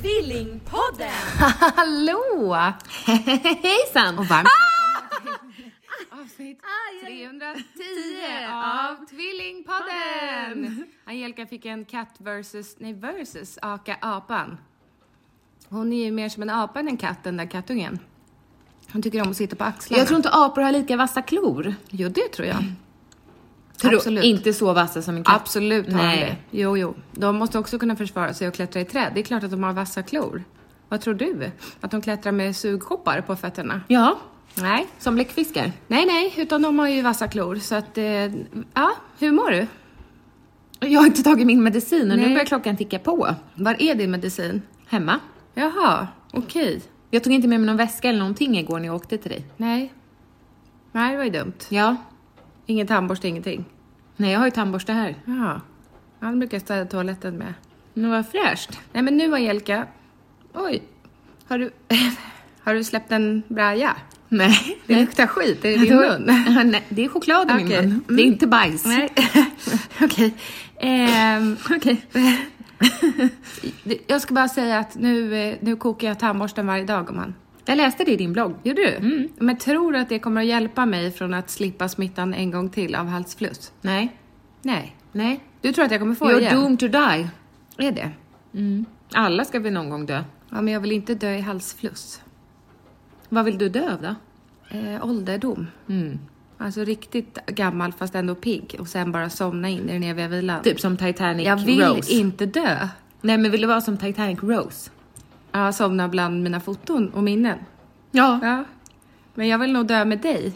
Tvillingpodden! Hallå! Ah! Hejsan! Och varmt avsnitt Aj, aj, 310 av Tvillingpodden! Angelica fick en katt versus, nej versus aka apan. Hon är ju mer som en apa än en katt, den där kattungen. Hon tycker om att sitta på axlarna. Jag tror inte apor har lika vassa klor. Jo, det tror jag. Tror du Absolut. Inte så vassa som en katt. Absolut har de det. Nej. Jo, jo. De måste också kunna försvara sig och klättra i träd. Det är klart att de har vassa klor. Vad tror du? Att de klättrar med sugkoppar på fötterna? Ja, Nej, som bläckfiskar. Nej, nej, utan de har ju vassa klor. Så att, eh, ja, hur mår du? Jag har inte tagit min medicin och Nej. nu börjar klockan ticka på. Var är din medicin? Hemma. Jaha, okej. Jag tog inte med mig någon väska eller någonting igår när jag åkte till dig. Nej. Nej, det var ju dumt. Ja. Ingen tandborste, ingenting. Nej, jag har ju tandborste här. Jaha. Han brukar jag städa toaletten med. Men vad fräscht. Nej, men nu Angelica. Oj. Har du, har du släppt en braja? Nej. Det luktar skit i din Då- mun. Nej, det är choklad i min Okej. mun. Det är inte bajs. Nej. Okej. Ehm, Okej. det- jag ska bara säga att nu, eh, nu kokar jag tandborsten varje dag om han. Jag läste det i din blogg. Gjorde du? Mm. Men tror du att det kommer att hjälpa mig från att slippa smittan en gång till av halsfluss? Nej. Nej. Nej. Du tror att jag kommer få det You're igen? doomed to die. Är det? Alla ska vi någon gång dö. Ja, men jag vill inte dö i halsfluss. Vad vill du dö av då? Mm. Eh, ålderdom. Alltså riktigt gammal fast ändå pigg och sen bara somna in i den eviga vilan. Typ som Titanic jag vill Rose. inte dö. Nej men vill du vara som Titanic Rose? Ja, somna bland mina foton och minnen. Ja. Ja. Men jag vill nog dö med dig.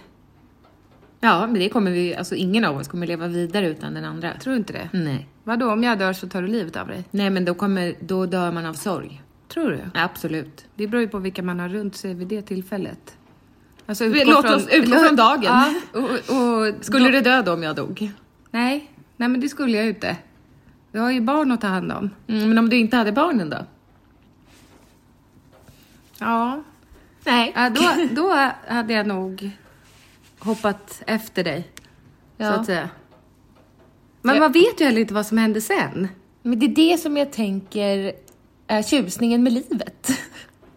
Ja, men det kommer vi alltså ingen av oss kommer leva vidare utan den andra. Mm. Tror du inte det? Nej. Vadå, om jag dör så tar du livet av dig? Nej men då kommer, då dör man av sorg. Tror du? Absolut. Det beror ju på vilka man har runt sig vid det tillfället. Alltså, Vi- utgå låt oss utgå från dagen. Ja, och, och, Skulle då- du dö då om jag dog? Nej, nej men det skulle jag ju inte. Vi har ju barn att ta hand om. Mm, men om du inte hade barnen då? Ja. Nej. ja då, då hade jag nog hoppat efter dig, Ja. så att säga. Men Ja. man vet ju heller inte vad som hände sen. Men det är det som jag tänker är tjusningen med livet.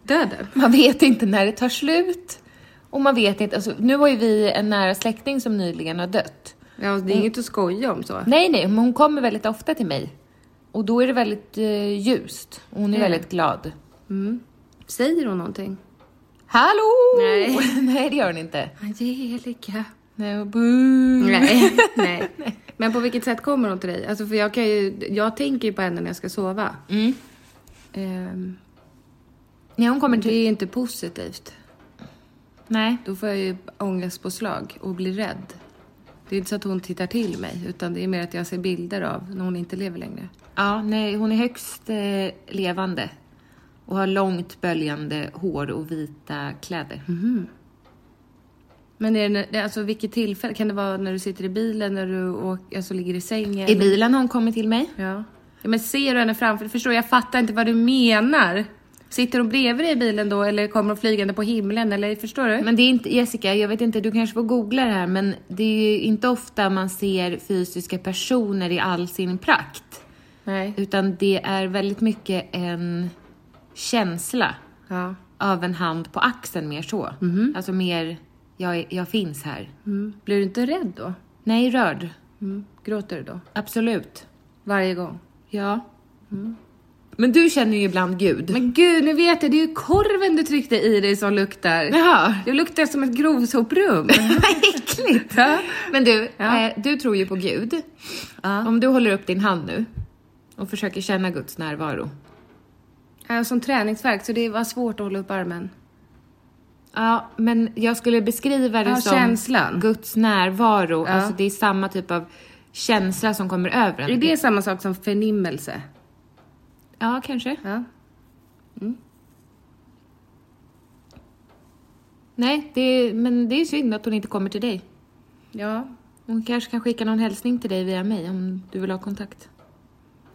Döden. Man vet inte när det tar slut. Och man vet inte, alltså, nu har ju vi en nära släkting som nyligen har dött. Ja, det är inget att skoja om så. Nej, nej, men hon kommer väldigt ofta till mig. Och då är det väldigt eh, ljust. Och hon är Mm. väldigt glad. Säger hon någonting? Hallå! Nej. nej, det gör hon inte. Angelica. Nej, och boo. Nej, nej. Men på vilket sätt kommer hon till dig? Alltså för jag, kan ju, jag tänker ju på henne när jag ska sova. Ehm, Nej, Mm. hon kommer men det till... är ju inte positivt. Nej. Då får jag ju ångestpåslag och blir rädd. Det är inte så att hon tittar till mig, utan det är mer att jag ser bilder av när hon inte lever längre. Ja, nej, hon är högst eh, levande. Och har långt böljande hår och vita kläder. Mm. Men är det, det- alltså vilket tillfälle? Kan det vara när du sitter i bilen, när du åker, alltså ligger i sängen? I bilen har hon kommit till mig. Ja. ja. Men ser du henne framför dig? Förstår, jag fattar inte vad du menar. Sitter hon bredvid dig i bilen då, eller kommer hon flygande på himlen, eller förstår du? Men det är inte, Jessica, jag vet inte, du kanske får googla det här, men det är ju inte ofta man ser fysiska personer i all sin prakt. Nej. Utan det är väldigt mycket en känsla Ja. av en hand på axeln mer så. Alltså mer, jag, är- jag finns här. Mm. Blir du inte rädd då? Mm. Nej, rörd. Gråter du då? Absolut. Varje gång? Ja. Men du känner ju ibland Gud. Men gud, nu vet jag. Det är ju korven du tryckte i dig som luktar. Jaha. Det luktar som ett grovsoprum. Äckligt! Ja. Men du, Ja. eh, du tror ju på Gud. Om du håller upp din hand nu och försöker känna Guds närvaro. Jag har som träningsvärk så det var svårt att hålla upp armen. Ja, men jag skulle beskriva det Ja, som känslan. Guds närvaro. Alltså det är samma typ av känsla som kommer över en. Är det samma sak som förnimmelse? Ja, kanske. Ja. Nej, det är, men det är synd att hon inte kommer till dig. Ja. Hon kanske kan skicka någon hälsning till dig via mig om du vill ha kontakt.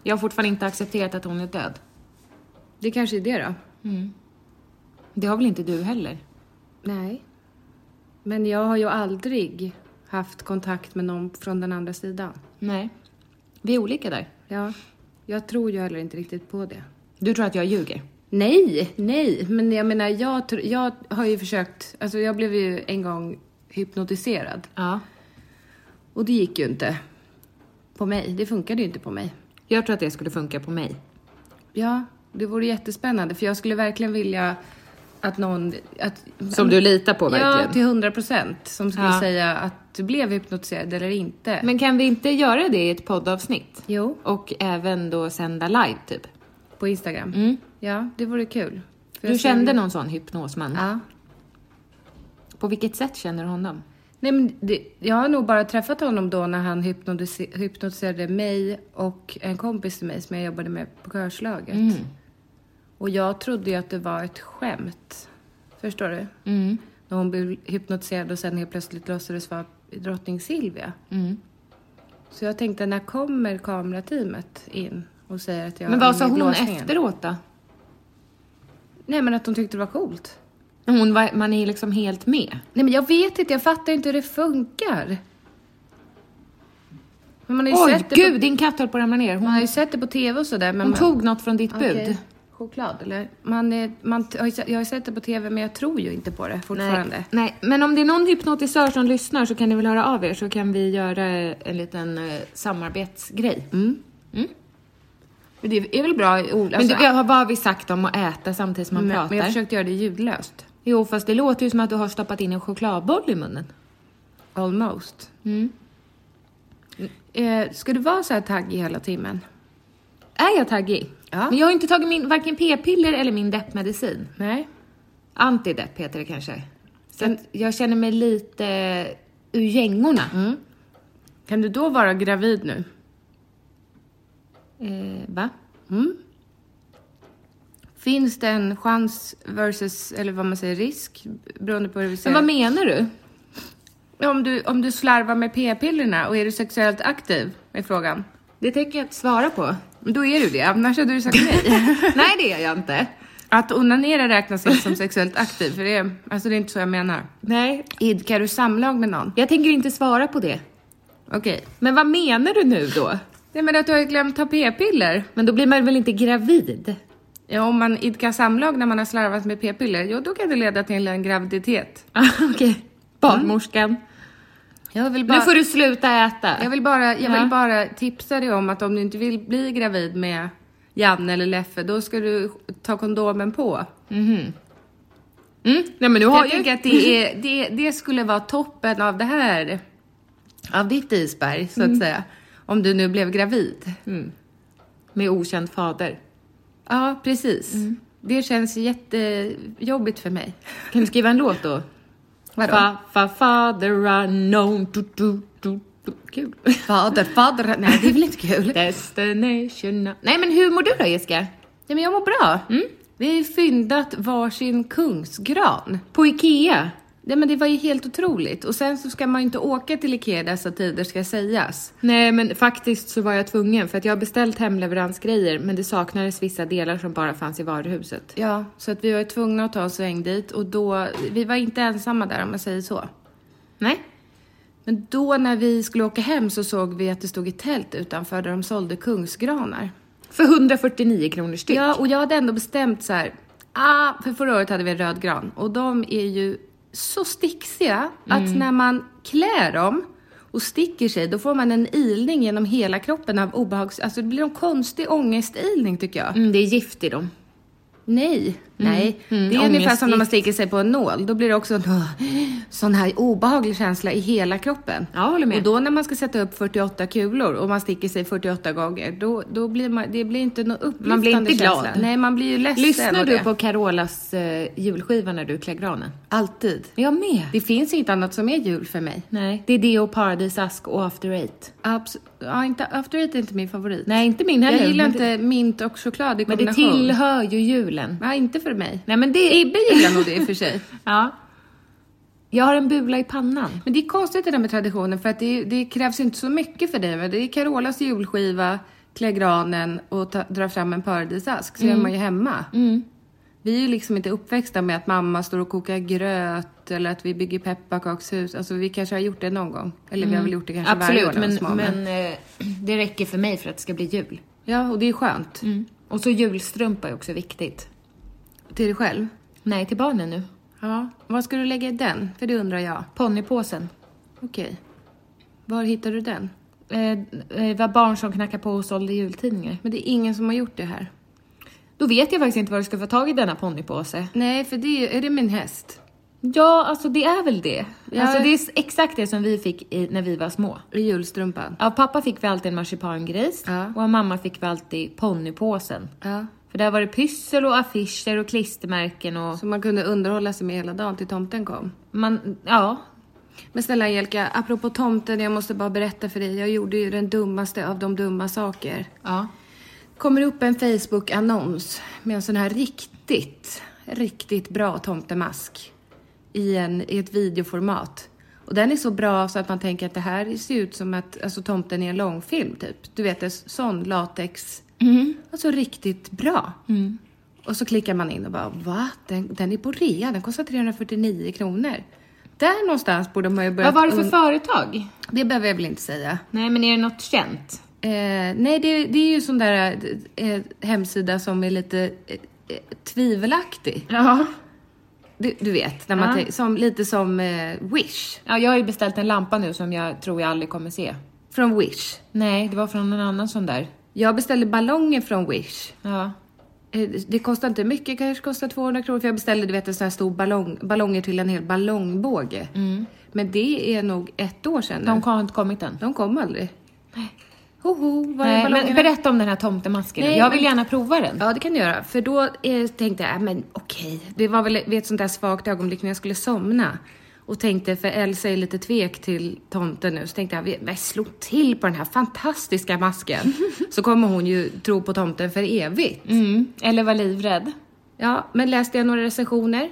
Jag har fortfarande inte accepterat att hon är död. Det kanske är det då? Det har väl inte du heller? Nej. Men jag har ju aldrig haft kontakt med någon från den andra sidan. Nej. Vi är olika där. Ja. Jag tror ju heller inte riktigt på det. Du tror att jag ljuger? Nej, nej, men jag menar jag, tr- jag har ju försökt, alltså jag blev ju en gång hypnotiserad Ja. och det gick ju inte på mig, det funkade ju inte på mig. Jag tror att det skulle funka på mig. Ja, det vore jättespännande för jag skulle verkligen vilja att någon... Att, Som du litar på Ja, verkligen. till 100 procent. Som skulle Ja. säga att du blev hypnotiserad eller inte. Men kan vi inte göra det i ett poddavsnitt? Jo. Och även då sända live, typ? På Instagram. Ja, det vore kul. För Mm. Du jag skulle- kände någon sån hypnosman? Ja. På vilket sätt känner du honom? Nej, men det, jag har nog bara träffat honom då när han hypnotise- hypnotiserade mig och en kompis till mig som jag jobbade med på körslaget. Mm. Och jag trodde ju att det var ett skämt. Förstår du? Mm. När hon blev hypnotiserad och sen helt plötsligt låtsades vara drottning Silvia. Mm. Så jag tänkte, när kommer kamerateamet in och säger att jag Men är vad sa med i hon blåsningen? efteråt då? Nej, men att de tyckte det var coolt. Hon var, man är liksom helt med. Nej, men jag vet inte, jag fattar inte hur det funkar. Men man har ju Oj, sett det på- gud, din katt höll på att ramla ner. Hon, Man har ju sett det på tv och sådär. Men hon man... tog något från ditt Okej. bud. Choklad eller? Man, är, man t- jag har ju sett- jag har ju sett det på tv men jag tror ju inte på det fortfarande. Nej, nej, men om det är någon hypnotisör som lyssnar så kan ni väl höra av er så kan vi göra en liten eh, samarbetsgrej. Mm. Men det är väl bra i ord. Men alltså, du, jag har, vad har vi sagt om att äta samtidigt som man men, pratar? men jag försökte göra det ljudlöst. Jo, fast det låter ju som att du har stoppat in en chokladboll i munnen. Almost. Mm. Eh, ska du vara så här taggig hela timmen? Är jag taggig? Ja. Men jag har inte tagit min, varken p-piller eller min deppmedicin. Nej. Antidepp heter det kanske. Så att jag känner mig lite ur gängorna. Mm. Kan du då vara gravid nu? Eh, va? Finns det en chans versus, eller vad man säger, risk? Beroende på hur vi Men ser vad menar du? om, du, om du slarvar med p-pillerna och är du sexuellt aktiv? Är frågan. Det tänker jag inte svara på. Men Då är du det, annars hade du sagt nej. Nej, det är jag inte. Att onanera räknas inte som sexuellt aktiv, för det är, alltså det är inte så jag menar. Nej. Idkar du samlag med någon? Jag tänker inte svara på det. Okej. Men vad menar du nu då? Nej men att du har glömt ta p-piller? Men då blir man väl inte gravid? Ja, om man idkar samlag när man har slarvat med p-piller, jo då kan det leda till en graviditet. Ah, Okej. Barnmorskan. Jag vill Nu får du sluta äta. Mm. jag vill, bara, jag Ja. vill bara tipsa dig om att om du inte vill bli gravid med Janne eller Leffe, då ska du ta kondomen på. Mm. Nej, men nu Jag, har tänker jag... att det, är, det, det skulle vara toppen av det här, av ditt isberg så att säga. Om du nu blev gravid. Med okänd fader. Ja, precis. Det känns jättejobbigt för mig. Kan du skriva en låt då? Vadå? Fa, fa, father unknown. Du, du, du, du. Kul. Fader, fader, nej det är väl inte kul? Nej Destination. Nej, men hur mår du då, Jessica? Mm. men jag mår bra. Vi har ju fyndat varsin kungsgran. På Ikea? Nej men det var ju helt otroligt. Och sen så ska man ju inte åka till Ikea i dessa tider ska sägas. Nej, men faktiskt så var jag tvungen för att jag har beställt hemleveransgrejer men det saknades vissa delar som bara fanns i varuhuset. Ja, så att vi var ju tvungna att ta en sväng dit och då, vi var inte ensamma där om man säger så. Nej? Men då när vi skulle åka hem så såg vi att det stod ett tält utanför där de sålde kungsgranar. För 149 kronor styck. Ja, och jag hade ändå bestämt så här, Ah, för förra året hade vi en röd gran och de är ju så sticksiga att när man klär dem och sticker sig, då får man en ilning genom hela kroppen av obehags... Alltså det blir en konstig ångestilning tycker jag. Mm, det är gift i dem. Nej, Mm. nej. det är ungefär som när man sticker sig på en nål. Då blir det också en "Åh", sån här obehaglig känsla i hela kroppen. Ja, håller med. Och då när man ska sätta upp 48 kulor och man sticker sig 48 gånger, då, då blir man, det blir inte någon upplyftande Man blir inte känsla. glad. Nej, man blir ju ledsen. Lyssnar och du det. på Carolas eh, julskiva när du klär granen? Alltid. Jag med. Det finns inte annat som är jul för mig. Nej, det är det och Paradisask och After Eight. Abs- ja, inte, After Eight är inte min favorit. Nej, inte min heller. Jag gillar men inte det, mint och choklad i Men det kombination. tillhör ju julen. Ja, inte för mig. Nej, men det... Ibbe gillar nog det i och för sig. Ja. Jag har en bula i pannan. Men det är konstigt det där med traditionen för att det, det krävs inte så mycket för dig. Men det är Carolas julskiva, klä granen och ta, dra fram en paradisask. Så Mm. är man ju hemma. Vi är ju liksom inte uppväxta med att mamma står och kokar gröt eller att vi bygger pepparkakshus. Alltså vi kanske har gjort det någon gång. Eller vi har väl gjort det kanske varje år. Mm. Absolut, när vi var små, men, men eh, det räcker för mig för att det ska bli jul. Ja, och det är skönt. Mm. Och så julstrumpa är också viktigt. Till dig själv. Nej, till barnen nu. Mm. Ja. Vad ska du lägga i den? För det undrar jag. Ponnypåsen. Okej. Var hittar du den? Eh, eh, det var barn som knackade på och sålde jultidningar. Men det är ingen som har gjort det här. Då vet jag faktiskt inte var du ska få tag i denna ponnypåse. Nej, för det är, är det min häst? Ja, alltså det är väl det. Ja. Alltså det är s- exakt det som vi fick i, när vi var små. I julstrumpan? Av pappa fick vi alltid en marsipangris Ja. och av mamma fick vi alltid ponnypåsen. Ja. För där var det pyssel och affischer och klistermärken och... Som man kunde underhålla sig med hela dagen till tomten kom. Man, ja, Men snälla Angelica, apropå tomten, jag måste bara berätta för dig. Jag gjorde ju den dummaste av de dumma saker. ja. Kommer upp en Facebook-annons med en sån här riktigt, riktigt bra tomtemask. I, en, I ett videoformat. Och den är så bra så att man tänker att det här ser ut som att alltså, tomten är en långfilm typ. Du vet, en sån latex. Alltså riktigt bra. Och så klickar man in och bara va? Den, den är på rea, den kostar 349 kronor. Där någonstans borde man ju börja... Vad var det för företag? Det behöver jag väl inte säga. Nej, men är det något känt? Eh, nej, det, det är ju sån där eh, hemsida som är lite eh, eh, tvivelaktig. Ja. Du, du vet, när man Ja. tänker- som, lite som eh, Wish. Ja, jag har ju beställt en lampa nu som jag tror jag aldrig kommer se. Från Wish. Nej, det var från en annan sån där. Jag beställde ballonger från Wish. Ja. Eh, Det kostar inte mycket, kanske kostar 200 kronor. För jag beställde du vet, en sån här stor ballong, ballonger till en hel ballongbåge. Men det är nog ett år sedan nu. Mm. De har inte kommit än. De kom aldrig. Hoho, var är Nej, ballongerna? men berätta om den här tomtemasken. Nej, jag vill men- gärna prova den. Ja, det kan du göra. För då eh, tänkte jag, äh, men okej. Det var väl vid ett sånt där svagt ögonblick när jag skulle somna. Och tänkte, för Elsa är lite tvek till tomten nu, så tänkte jag, vi- men slå till på den här fantastiska masken. så kommer hon ju tro på tomten för evigt. Mm. Eller var livrädd. Ja, men läste jag några recensioner?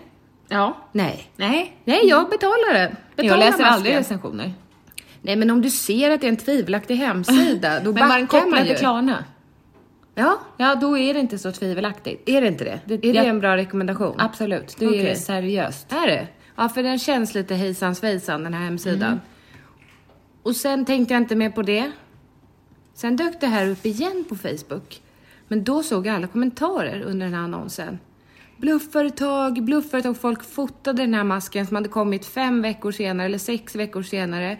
Ja. Nej. Nej. Nej, Mm. jag betalar den. Betala jag läser masken. aldrig recensioner. Nej, men om du ser att det är en tvivelaktig hemsida, Men då var den backar man kopplad ju. till Klarna? Ja, Ja, då är det inte så tvivelaktigt. är det inte det? Det- är det jag- en bra rekommendation? Absolut, då är Okej. det seriöst. Är det? Ja, för den känns lite hejsan svejsan den här hemsidan. Och sen tänkte jag inte mer på det. Sen dök det här upp igen på Facebook. Men då såg jag alla kommentarer under den här annonsen. Bluffföretag, bluffföretag. Folk fotade den här masken som hade kommit fem veckor senare eller sex veckor senare.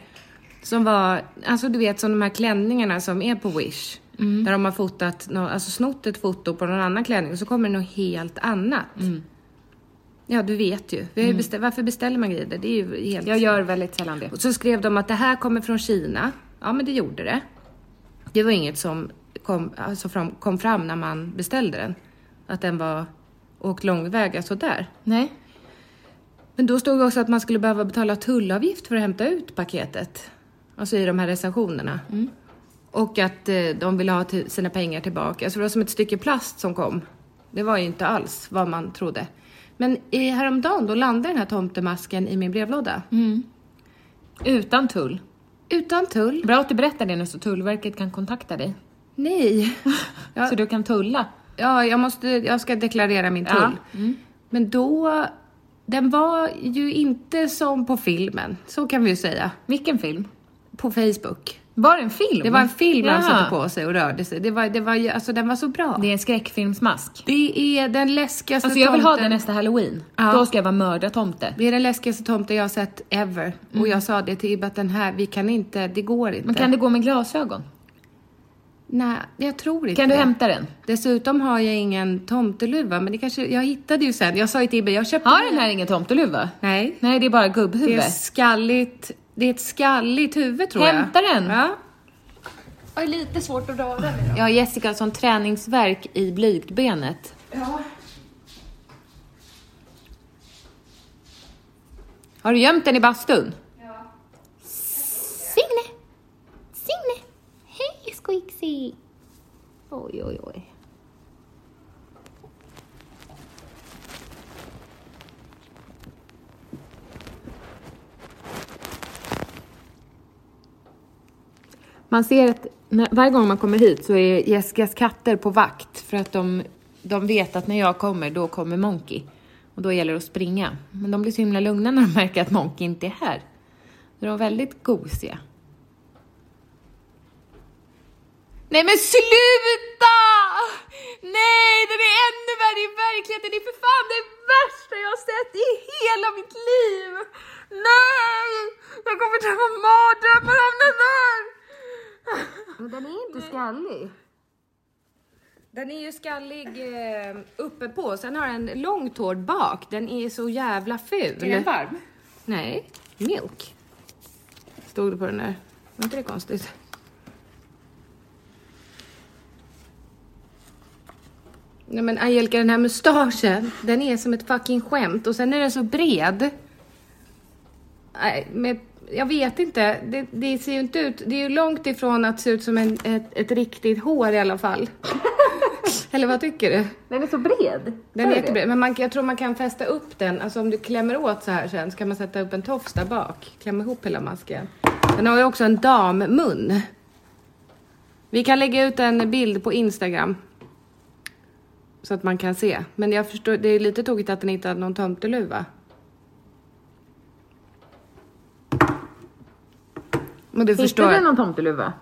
Som var, alltså du vet som de här klänningarna som är på Wish. Där de har fotat, nå- alltså snott ett foto på någon annan klänning och så kommer det något helt annat. Ja, du vet ju. Vi har ju bestä- varför beställer man grejer? Det är ju helt... Mm. Jag gör väldigt sällan det. Och så skrev de att det här kommer från Kina. Ja, men det gjorde det. Det var inget som kom, alltså fram, kom fram när man beställde den. Att den var åkt långväga sådär. Nej. Men då stod det också att man skulle behöva betala tullavgift för att hämta ut paketet. Alltså i de här recensionerna. Mm. Och att eh, de ville ha till sina pengar tillbaka. Alltså det var som ett stycke plast som kom. Det var ju inte alls vad man trodde. Men i häromdagen då landade den här tomtemasken i min brevlåda. Mm. Utan tull. Utan tull. Bra att du berättar det nu så Tullverket kan kontakta dig. Nej. Ja. Så du kan tulla. Ja, jag, måste, jag ska deklarera min tull. Mm. Men då, den var ju inte som på filmen. Så kan vi ju säga. Vilken film? på Facebook. Var det en film? Det var en film han Jaha. satte på sig och rörde sig. Det var, det var, ju- alltså, den var så bra. Det är en skräckfilmsmask. Det är den läskigaste Alltså jag vill ha Alltså, tomten- den nästa halloween. Ja. Då ska jag vara mördartomte. Det är den läskigaste tomten jag har sett ever. Och jag sa det till Ibbe att den här, vi kan inte, det går inte. Mm. Men kan det gå med glasögon? Nej, jag tror inte Kan du det. hämta den? Dessutom har jag ingen tomteluva, men det kanske, jag hittade ju sen. Jag sa ju till Ibbe, jag köpte Har den här ingen tomteluva? Nej. Nej, det är bara Det gubbhuvud. är skalligt, det är ett skalligt huvud tror Hämta jag. den! Ja. Det är lite svårt att dra den. Jag har Jessica som träningsverk i blygdbenet. Har du gömt den i bastun? Signe! Signe! Hej Squeaksy! Oj, oj, oj. Man ser att när, varje gång man kommer hit så är Jessicas katter på vakt för att de, de vet att när jag kommer, då kommer Monkey. Och då gäller det att springa. Men de blir så himla lugna när de märker att Monkey inte är här. De är väldigt gosiga. Nej men sluta! Nej, den är ännu värre i verkligheten. Det är för fan det värsta jag har sett i hela mitt liv. Nej! Jag kommer drömma mardrömmar om den där. Men den är inte skallig. Den är ju skallig eh, uppe på. sen har den långt hår bak. Den är så jävla ful. Är den varm? Nej, milk. Stod det på den där. Var inte det konstigt? Nej men Angelica, den här mustaschen, den är som ett fucking skämt och sen är den så bred. Nej, men jag vet inte. Det, det ser ju inte ut... Det är ju långt ifrån att se ut som en, ett, ett riktigt hår i alla fall. Eller vad tycker du? Den är så bred. Den är jättebred, men man, jag tror man kan fästa upp den. Alltså om du klämmer åt så här sen så kan man sätta upp en tofs där bak. Klämma ihop hela masken. Den har ju också en dammun. Vi kan lägga ut en bild på Instagram. Så att man kan se. Men jag förstår, det är lite tokigt att den inte hade någon tomteluva. Men du förstår. Hittade du någon tomteluva?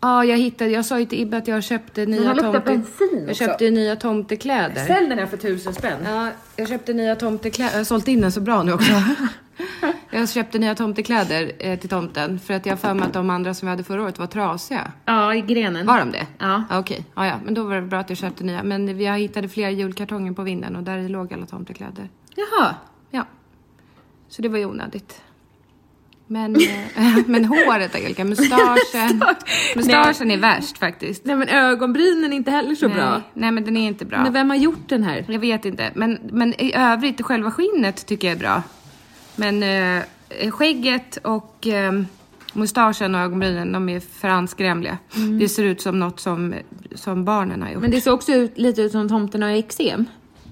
Ja, jag hittade, jag sa ju till Ibbe att jag köpte nya här luktar tomte... bensin Jag också. köpte ju nya tomtekläder. Sälj den här för tusen spänn. Ja, jag köpte nya tomtekläder. Jag har sålt in den så bra nu också. jag köpte nya tomtekläder eh, till tomten för att jag har för mig att de andra som vi hade förra året var trasiga. Ja, i grenen. Var de det? Ja. Okej, ja, ja. men då var det bra att jag köpte nya. Men vi har hittade flera julkartonger på vinden och där i låg alla tomtekläder. Jaha. Ja. Så det var ju onödigt. Men, eh, men håret Angelica, mustaschen. mustaschen är värst faktiskt. Nej men ögonbrynen är inte heller så bra. Nej, nej men den är inte bra. Men vem har gjort den här? Jag vet inte, men, men i övrigt, själva skinnet tycker jag är bra. Men eh, skägget och eh, mustaschen och ögonbrynen, de är franskrämliga. Det ser ut som något som, som barnen har gjort. Mm. Men det ser också ut, lite ut som tomten har eksem.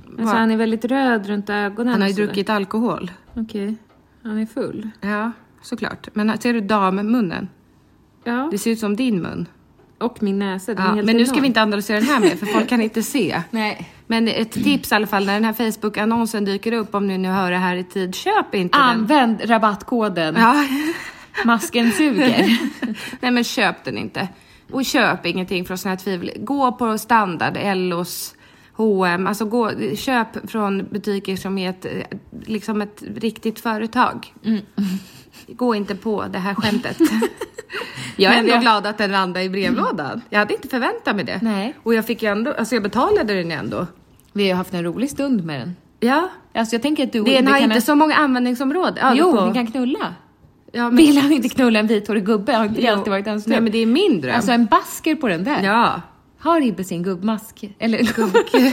Va? Alltså han är väldigt röd runt ögonen. Han har och ju sådär. druckit alkohol. Okej. Han är full. Ja, såklart. Men här- ser du dammunnen? Ja. Det ser ut som din mun. Och min näsa. Den är Ja, helt men nu ska enorm. vi inte analysera den här mer, för folk kan inte se. Nej. Men ett tips i alla fall, när den här Facebook-annonsen dyker upp, om ni nu hör det här i tid, köp inte den. Använd rabattkoden. Ja. Masken suger. Nej men köp den inte. Och köp ingenting från sådana här tvivel. Gå på standard, Ellos, H&M. Alltså gå, köp från butiker som är ett, eh, liksom ett riktigt företag. Gå inte på det här skämtet. jag är Men ändå jag- glad att den landade i brevlådan. Jag hade inte förväntat mig det. Nej. Och jag fick ju ändå, alltså jag betalade den ju ändå. vi har ju haft en rolig stund med den. Ja. Alltså jag tänker att du och Den Ibbe har kan- inte så många användningsområden. Ja, Jo, på- vi kan knulla. ja, men... Vill han inte knulla en vithårig gubbe? Har inte det Jo. alltid varit hans Nej men det är min dröm. Alltså en basker på den där. Ja. Har Ibbe sin gubbmask? Eller gubb-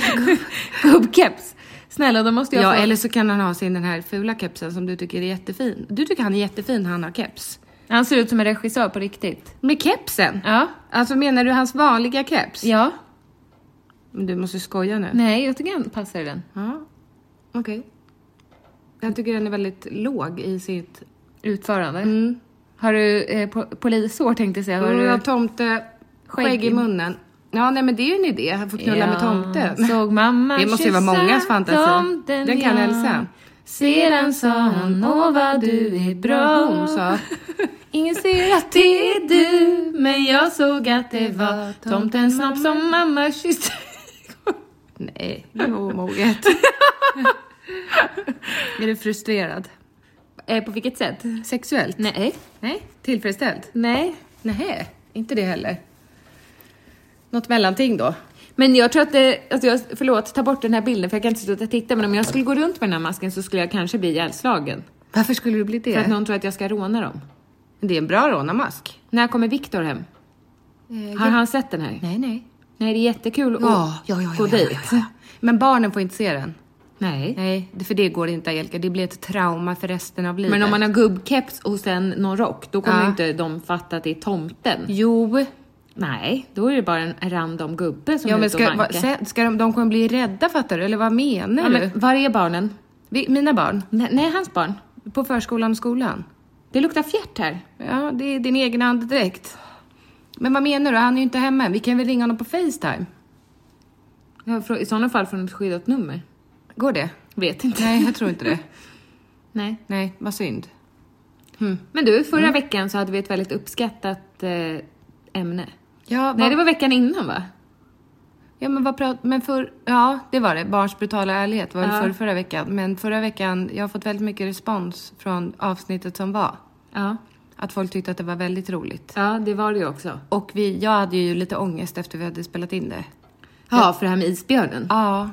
gubbkeps? Snälla, då måste jag Ja, få... eller så kan han ha sin den här fula kepsen som du tycker är jättefin. Du tycker han är jättefin, han har keps. Han ser ut som en regissör på riktigt. Med kepsen? Ja. Alltså menar du hans vanliga keps? Ja. Men du måste skoja nu. Nej, jag tycker han passar i den. Ja. Okej. Jag tycker den är väldigt låg i sitt... Utförande. Har du eh, po- polishår tänkte jag säga? Har Mm, Har du... du tomte skägg Skägg i i- munnen? Ja, nej men det är ju en idé. Han får knulla med tomten. Såg mamma Det måste ju vara kyssa mångas fantasi. tomten Den kan jag. Elsa. Sedan sa han, åh vad du är bra. Hon sa, Ingen ser att det är du, men jag såg att det var tomtens snopp som mamma kysste. Nej, det är omoget. är du frustrerad? Eh, på vilket sätt? Sexuellt? Nej. Nej. Tillfredsställd? Nej. Nej, inte det heller. Något mellanting då? Men jag tror att det, alltså jag, förlåt, ta bort den här bilden för jag kan inte sluta titta men om jag skulle gå runt med den här masken så skulle jag kanske bli ihjälslagen. Varför skulle du bli det? För att någon tror att jag ska råna dem. Det är en bra rånarmask. När kommer Viktor hem? Har han sett den här? Nej, nej. Nej, det är jättekul Eh, Ja, att ja, ja, gå ja, ja, dit. ja, ja. Eh, Men barnen får inte se den. Nej. Nej, det- för det går inte Angelica. Det blir ett trauma för resten av livet. Men om man har gubbkeps och sen någon rock, då kommer Ja. inte de fatta att det är tomten. Jo, Nej, då är det bara en random gubbe som ja, är men ute och ska, va, vankar. se, ska de, de kommer bli rädda fattar du? Eller vad menar ja, du? men, var är barnen? Vi, mina barn, Nej, nej, hans barn. på förskolan och skolan. Det luktar fjärt här. Ja, det är din egen andedräkt. Men vad menar du? Han är ju inte hemma. Vi kan väl ringa honom på Facetime? Ja, frå- I sådana fall från ett skyddat nummer. Går det? Vet inte. Nej, jag tror inte det. Nej. Nej, vad synd. Hmm. Men du, förra Mm. veckan så hade vi ett väldigt uppskattat eh, ämne. Ja, vad, Nej, det var veckan innan va? ja men vad prat, men för, ja, det var det. Barns brutala ärlighet var väl Ja. för, förra veckan. Men förra veckan, jag har fått väldigt mycket respons från avsnittet som var. Ja. Att folk tyckte att det var väldigt roligt. Ja, det var det ju också. Och vi, jag hade ju lite ångest efter vi hade spelat in det. Ja, för det här med isbjörnen. Ja,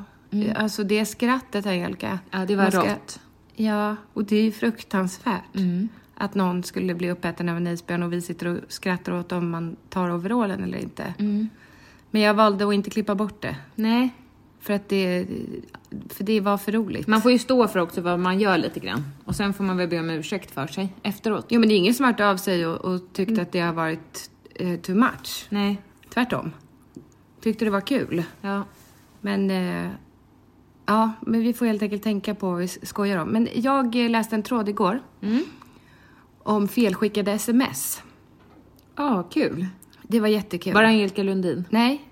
alltså det skrattet Angelica. Mm. Ja, det var Man ska- rått. Mm. Ja, och det är ju fruktansvärt. Att någon skulle bli uppäten av en isbjörn och vi sitter och skrattar åt om man tar overallen eller inte. Men jag valde att inte klippa bort det. Mm. Nej. För att det, för det var för roligt. Man får ju stå för också vad man gör lite grann. Och sen får man väl be om ursäkt för sig efteråt. Jo men det är ingen som har hört av sig och, och tyckt Mm. att det har varit eh, too much. Nej. Tvärtom. Tyckte det var kul. Ja. Men eh, ja, men vi får helt enkelt tänka på vad vi skojar om. Men jag eh, läste en tråd igår Mm. om felskickade sms. Ja, kul. Det var jättekul. Var det Angelica Lundin? Nej,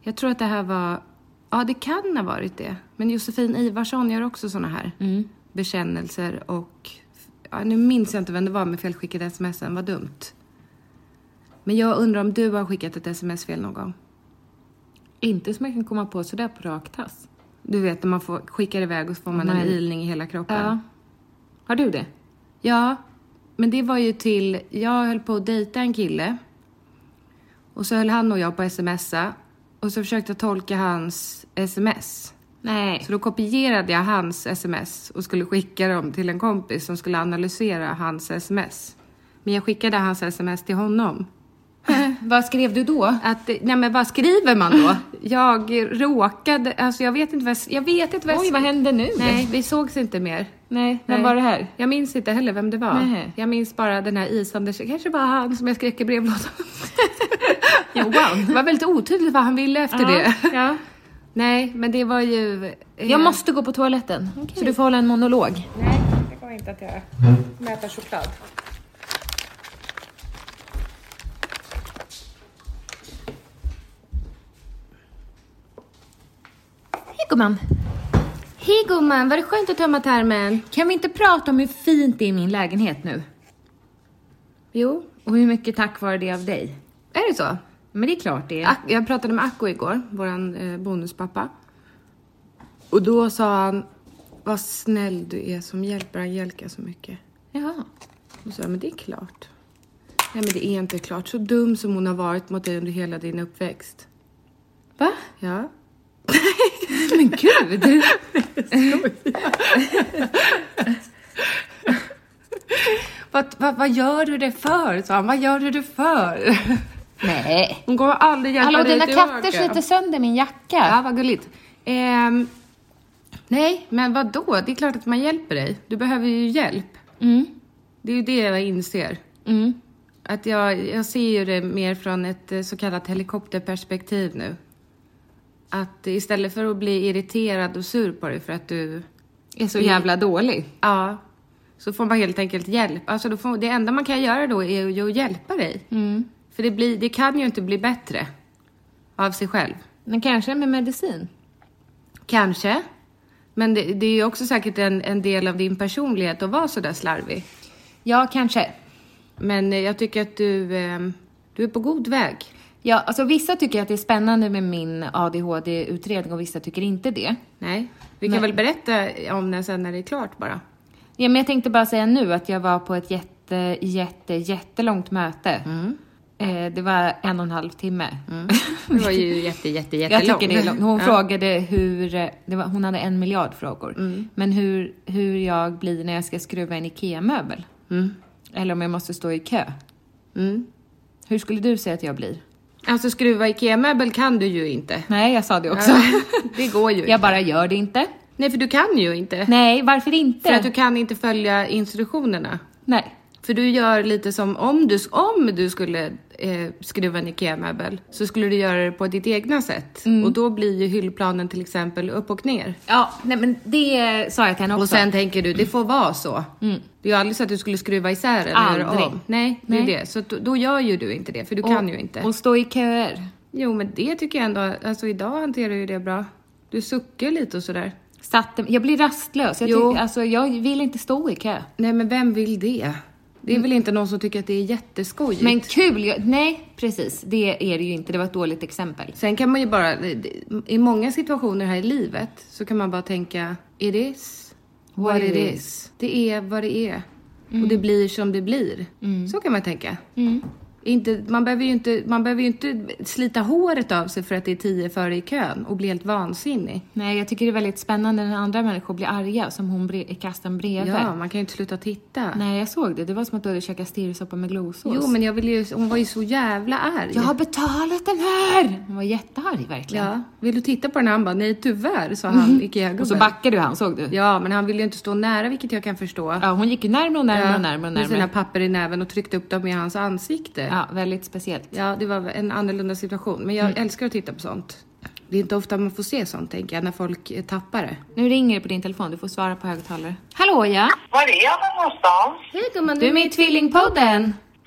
jag tror att det här var... Ja, det kan ha varit det. Men Josefin Ivarsson gör också såna här Mm. bekännelser och... Ja, nu minns jag inte vem det var med felskickade sms, vad dumt. Men jag undrar om du har skickat ett sms fel någon gång? Inte som jag kan komma på sådär på rak tass. Du vet när man får, skickar iväg och så får man en Nej. ilning i hela kroppen. Har du det? Ja, men det var ju till... Jag höll på att dejta en kille. Och så höll han och jag på att smsa. Och så försökte jag tolka hans sms. Nej. Så då kopierade jag hans sms och skulle skicka dem till en kompis som skulle analysera hans sms. Men jag skickade hans sms till honom. Vad skrev du då? Att, eh, nej men vad skriver man då? Jag råkade, alltså jag vet inte vad jag, s- jag vet inte vad jag Oj, skrev. vad hände nu? Nej, vi sågs inte mer. Nej. Vem Nej. var det här? Jag minns inte heller vem det var. Nej. Jag minns bara den här Isanders, kanske bara han som jag skrek i brevlådan. Johan. Det var väldigt otydligt vad han ville efter det. Ja. Nej, men det var ju... eh, Jag måste gå på toaletten. Så du får hålla en monolog. Nej, det kommer jag inte att göra. Jag kommer äta choklad. Hej gumman. Hej gumman, var det skönt att tömma termen? Kan vi inte prata om hur fint det är i min lägenhet nu? Jo. Och hur mycket tack vare det av dig? Är det så? Men det är klart det är. Ak- jag pratade med Akko igår, våran eh, bonuspappa. Och då sa han, vad snäll du är som hjälper Angelica så mycket. Jaha. Och så sa jag, men det är klart. Nej men det är inte klart, så dum som hon har varit mot dig under hela din uppväxt. Va? Ja. Men gud! Vad, vad, vad gör du det för? sa han, vad gör du det för? Nej. Hon kommer aldrig hjälpa Hallå, dig dina tillbaka. katter sliter sönder min jacka. Ja, vad gulligt. Ehm, nej, men vad då? Det är klart att man hjälper dig. Du behöver ju hjälp. Det är ju det jag inser. Att jag, jag ser ju det mer från ett eh, så kallat helikopterperspektiv nu. Att istället för att bli irriterad och sur på dig för att du är så jävla dålig. Ja. Så får man helt enkelt hjälp. Alltså då får, det enda man kan göra då är ju att hjälpa dig. Mm. För det, blir, det kan ju inte bli bättre av sig själv. Men kanske med medicin. Kanske. Men det, det är ju också säkert en, en del av din personlighet att vara sådär slarvig. Ja, kanske. Men eh, jag tycker att du, ehm, du är på god väg. Ja, alltså vissa tycker att det är spännande med min ADHD-utredning och vissa tycker inte det. Nej, vi kan Nej. väl berätta om den sen när det är klart bara. Ja, men jag tänkte bara säga nu att jag var på ett jätte, jätte, jättelångt möte. Eh, det var en och en halv timme. Det var ju jätte, jätte, Jag jättelångt. tycker det är långt. Hon frågade hur, eh, det var, hon hade en miljard frågor, men hur, hur jag blir när jag ska skruva en IKEA-möbel. Eller om jag måste stå i kö. Mm. Hur skulle du säga att jag blir? Alltså skruva IKEA-möbel kan du ju inte. Nej, jag sa det också. Det går ju jag bara gör det inte. Nej, för du kan ju inte. Nej, varför inte? För att du kan inte följa instruktionerna. Nej. För du gör lite som om du, om du skulle eh, skruva en IKEA-möbel så skulle du göra det på ditt egna sätt. Mm. Och då blir ju hyllplanen till exempel upp och ner. Ja, nej men det sa jag till henne också. Mm. Och sen tänker du, det får vara så. Det är ju aldrig så att du skulle skruva isär eller göra Aldrig. om. Nej, det är Nej. det. Så då, då gör ju du inte det, för du kan ju inte. Och stå i köer. Jo, men det tycker jag ändå, alltså idag hanterar du ju det bra. Du suckar lite och sådär. Satte, jag blir rastlös. Jag, Jo. tycker, alltså, jag vill inte stå i kö. Nej, men vem vill det? Det är väl inte någon som tycker att det är jätteskojigt? Mm. Men kul! Jag, nej, precis. Det är det ju inte. Det var ett dåligt exempel. Sen kan man ju bara, i många situationer här i livet så kan man bara tänka it is what, What it it Mm. is. Det är vad det är. Och det blir som det blir. Så kan man tänka. Inte, man, behöver ju inte, man behöver ju inte slita håret av sig för att det är tio före i kön och bli helt vansinnig. Nej, jag tycker det är väldigt spännande när andra människor blir arga, som hon bre- i kasten bredvid. Ja, man kan ju inte sluta titta. Nej, jag såg det. Det var som att du hade käkat stirrsoppa med glosås. Jo, men jag vill ju, hon var ju så jävla arg. Jag har betalat den här! Hon var jättearg verkligen. Ja. Vill du titta på den? Han bara, nej tyvärr, sa han, Ikea-gubben. Mm. Och så backade du han, såg du? Ja, men han ville ju inte stå nära, vilket jag kan förstå. Ja, hon gick ju närmare och närmare Ja, och närmare och Med sina närmare. papper i näven och tryckte upp dem i hans ansikte. Ja, Ja, väldigt speciellt. det var en annorlunda situation. Men jag älskar att titta på sånt. Det är inte ofta man får se sånt, tänker jag, när folk eh, tappar det. Nu ringer det på din telefon, du får svara på högtalare. Hallå ja! Var är jag någonstans? Hej gumman, Du är med i Tvillingpodden!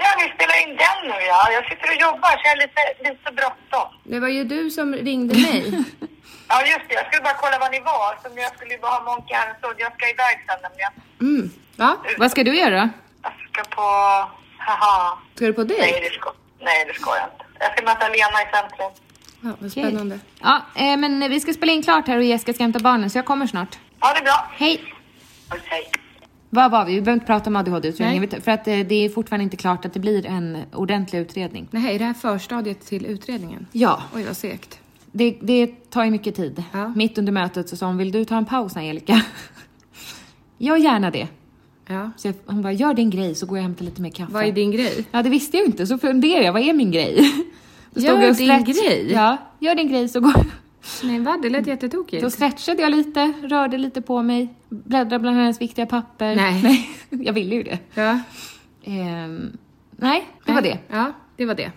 Ja, vi spelar in den nu ja. Jag sitter och jobbar så jag har lite, lite bråttom. Det var ju du som ringde mig. Ja, just det. Jag skulle bara kolla var ni var. Som jag skulle ju bara ha Monkey Island Jag ska iväg sen nämligen. Ja, vad ska du göra? Jag ska på... Haha. Ska du på Nej, dig? det ska, nej, det ska jag inte. Jag ska möta Lena i centrum. Ja, vad spännande. Ja, eh, men vi ska spela in klart här och Jessica ska hämta barnen så jag kommer snart. Ha det bra. Hej! Puss, hej. Vad var vi? Vi behöver inte prata om ADHD-utredningen Nej. vet du, för att eh, det är fortfarande inte klart att det blir en ordentlig utredning. Nej, är det här förstadiet till utredningen? Ja, Oj, vad segt. det, det tar ju mycket tid. Ja. Mitt under mötet så sa hon, vill du ta en paus Angelica? Gör gärna det. Ja. Så jag, hon bara, gör din grej så går jag och hämtar lite mer kaffe. Vad är din grej? Ja, det visste jag ju inte, så funderade jag, vad är min grej? Då Gör jag och din grej. Ja, gör din grej så går Nej, vad? Det lät Då jättetokigt. stretchade jag lite, rörde lite på mig, bläddrade bland hennes viktiga papper. Nej. jag ville ju det. Ja. Ehm, nej, det var det. Ja, det var det.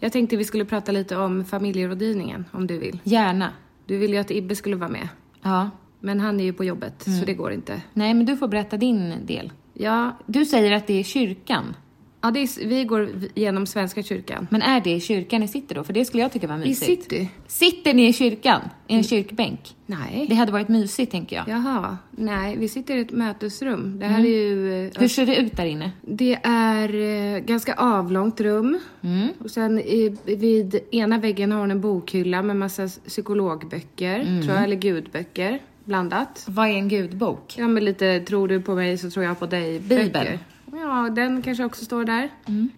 Jag tänkte vi skulle prata lite om familjerådgivningen, om du vill. Gärna. Du ville ju att Ibbe skulle vara med. Ja. Men han är ju på jobbet, Mm. så det går inte. Nej, men du får berätta din del. Ja, Du säger att det är kyrkan. ja det är, vi går v- genom Svenska kyrkan. Men är det i kyrkan ni sitter då? För det skulle jag tycka var I mysigt. city? Sitter ni i kyrkan? I en kyrkbänk? Det Nej. hade varit mysigt, tänker jag. Jaha, nej, vi sitter i ett mötesrum. Det här är ju... eh, Mm. Hur ser det ut där inne? Det är eh, ganska avlångt rum. Mm. Och sen i, vid ena väggen har hon en bokhylla med massa s- psykologböcker, tror Mm. jag, eller gudböcker blandat. Vad är en gudbok? Ja men lite tror du på mig så tror jag på dig Bibeln. Mm. böcker. Ja den kanske också står där.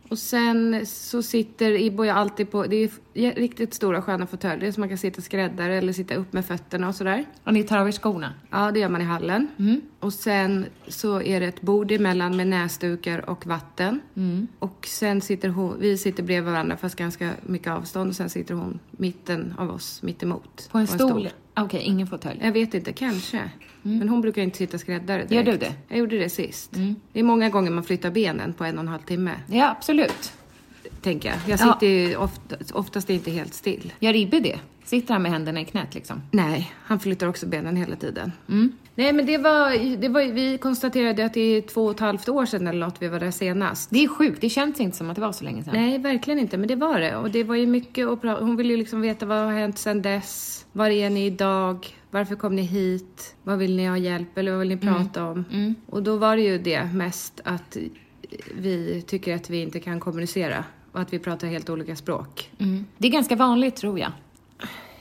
Och sen så sitter Ibo och jag alltid på, det är f- riktigt stora sköna fåtöljer så man kan sitta skräddare eller sitta upp med fötterna och sådär. Och ni tar av er skorna? Ja det gör man i hallen. Mm. Och sen så är det ett bord emellan med näsdukar och vatten. Mm. Och sen sitter hon, vi sitter bredvid varandra fast ganska mycket avstånd och sen sitter hon mitten av oss, mittemot. På en stol? Okej, ingen fåtölj. Jag vet inte, kanske. Men hon brukar inte sitta skräddare direkt. Gör du det? Jag gjorde Mm. det Mm. sist. Det är många gånger man flyttar benen på en och en halv timme, Ja, absolut. tänker jag. Jag Ja. sitter ju oftast, oftast inte helt still. Gör Ribbe det? Sitter han med händerna i knät liksom? Nej, han flyttar också benen hela tiden. Mm. Nej, men det var, det var... Vi konstaterade att det är två och ett halvt år sedan eller något vi var där senast. Det är sjukt, det känns inte som att det var så länge sedan. Nej, verkligen inte. Men det var det. Och det var ju mycket att prata Hon ville ju liksom veta vad har hänt sedan dess? Var är ni idag? Varför kom ni Mm. hit? Vad vill ni ha hjälp eller vad vill ni prata om? Och då var det ju det mest att vi tycker att vi inte kan kommunicera och att vi pratar helt olika språk. Mm. Det är ganska vanligt tror jag.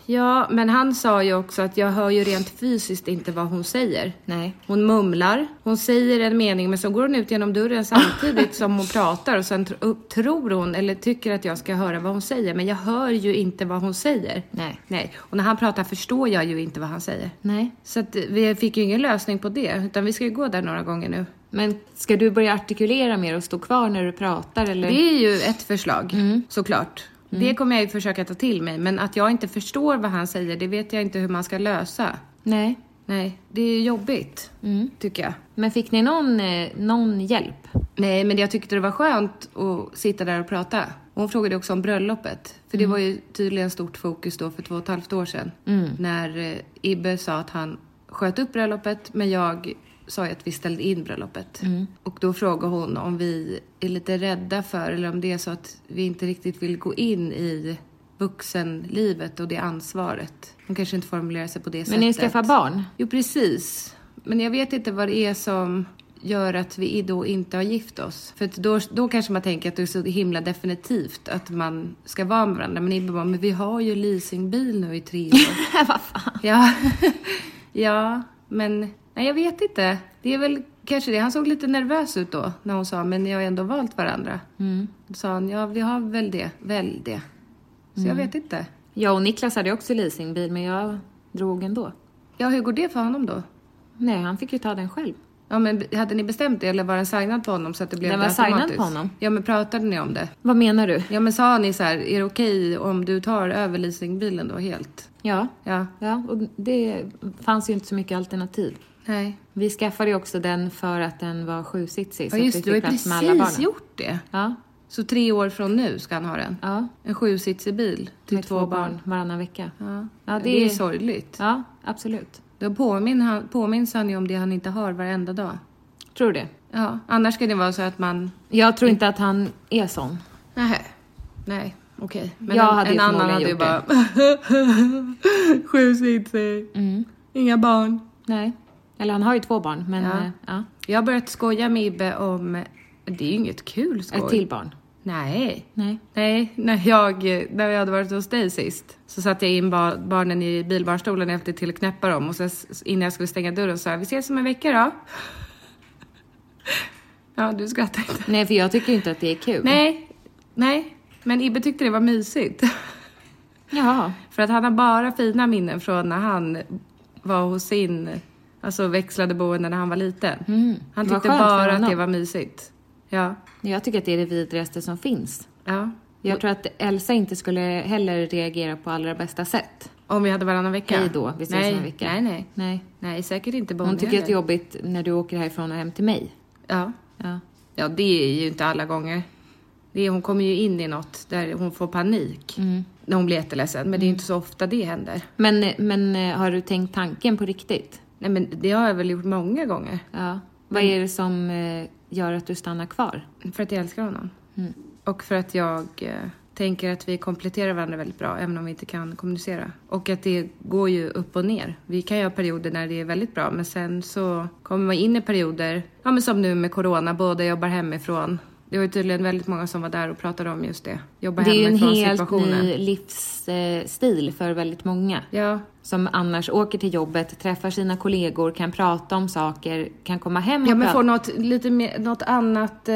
Ja, men han sa ju också att jag hör ju rent fysiskt inte vad hon säger. Nej. Hon mumlar, hon säger en mening men så går hon ut genom dörren samtidigt som hon pratar och sen tr- upp- tror hon eller tycker att jag ska höra vad hon säger men jag hör ju inte vad hon säger. Nej. Nej. Och när han pratar förstår jag ju inte vad han säger. Nej. Så att eh, vi fick ju ingen lösning på det utan vi ska ju gå där några gånger nu. Men ska du börja artikulera mer och stå kvar när du pratar eller? Det är ju ett förslag, Mm. såklart. Det kommer jag ju försöka ta till mig, men att jag inte förstår vad han säger, det vet jag inte hur man ska lösa. Nej. Nej, det är ju jobbigt, Mm. tycker jag. Men fick ni någon, eh, någon hjälp? Nej, men jag tyckte det var skönt att sitta där och prata. Och hon frågade också om bröllopet, för Mm. det var ju tydligen stort fokus då för två och ett halvt år sedan. När eh, Ibbe sa att han sköt upp bröllopet, men jag sa ju att vi ställde in bröllopet. Mm. Och då frågade hon om vi är lite rädda för, eller om det är så att vi inte riktigt vill gå in i vuxenlivet och det ansvaret. Hon kanske inte formulerar sig på det sättet. Men ni skaffar barn? Jo, precis. Men jag vet inte vad det är som gör att vi då inte har gift oss. För att då, då kanske man tänker att det är så himla definitivt att man ska vara med varandra. Men Ibbe bara, men vi har ju leasingbil nu i tre år. Vad fan? ja. ja, men nej, jag vet inte. Det är väl kanske det. Han såg lite nervös ut då när hon sa, men ni har ju ändå valt varandra. Då sa han, ja vi har väl det, väl det. Så jag vet inte. Jag och Niklas hade också leasingbil men jag drog ändå. Ja, hur går det för honom då? Nej, han fick ju ta den själv. Ja, men hade ni bestämt det eller var den signad på honom så att det blev Den det var signad automatiskt? på honom. Ja, men pratade ni om det? Vad menar du? Ja, men sa ni så här, är det okej om du tar över leasingbilen då helt? Ja. Ja. Ja, och det fanns ju inte så mycket alternativ. Nej. Vi skaffade ju också den för att den var sjusitsig. Ja, att just vi det. Du har ju fick plats med alla precis barnen. gjort det. Ja, Så tre år från nu ska han ha den? ja. En sju-sitsig bil till Med två, barn? varannan vecka. Ja. Ja, det det, är är- sorgligt. Ja, absolut. Då påminner han, påminns han ju om det han inte har varenda dag. Tror du det? Ja, annars ska det vara så att man... Jag tror inte att han är sån. Nej. Nej, okej. Men Jag en, hade ju en annan hade ju förmodligen bara... Sjusitsig. Inga barn. Nej. Eller han har ju två barn, men Ja. eh, ja. Jag har börjat skoja med Ibbe om... Det är ju inget kul skoj. ett till barn. Nej. Nej. Nej, när jag, när jag hade varit hos dig sist så satte jag in ba- barnen i bilbarnstolen och hjälpte till att knäppa dem och sen s- innan jag skulle stänga dörren sa jag vi ses om en vecka då. ja, du skrattar inte. Nej, för jag tycker ju inte att det är kul. Nej, nej, men Ibbe tyckte det var mysigt. Jaha. För att han har bara fina minnen från när han var hos sin, alltså växlade boende när han var liten. Han Mm. Vad tyckte skönt för bara att honom. det var mysigt. Ja, Jag tycker att det är det vidrigaste som finns. ja. Jag tror att Elsa inte skulle heller reagera på allra bästa sätt. Om vi hade varannan vecka. Hej då, vi ses nej, om en vecka. Nej, nej. Nej. Nej, säkert inte Bonnie Hon tycker att det är heller. jobbigt när du åker härifrån och hem till mig. Ja. Ja. ja, det är ju inte alla gånger. Det är, hon kommer ju in i något där hon får panik. Mm. När hon blir jätteledsen. Men det är ju inte så ofta det händer. Men, men eh, har du tänkt tanken på riktigt? Nej, men det har jag väl gjort många gånger. Ja. Vad Mm. är det som eh, gör att du stannar kvar? För att jag älskar honom. Mm. Och för att jag eh, tänker att vi kompletterar varandra väldigt bra, även om vi inte kan kommunicera. Och att det går ju upp och ner. Vi kan ju ha perioder när det är väldigt bra, men sen så kommer man in i perioder, ja men som nu med corona, båda jobbar hemifrån. Det var ju tydligen väldigt många som var där och pratade om just det. Jobba Det är ju en hemifrån helt situationen. ny livsstil för väldigt många. Ja, Som annars åker till jobbet, träffar sina kollegor, kan prata om saker, kan komma hem och ja men prata. få något, lite mer, något annat eh,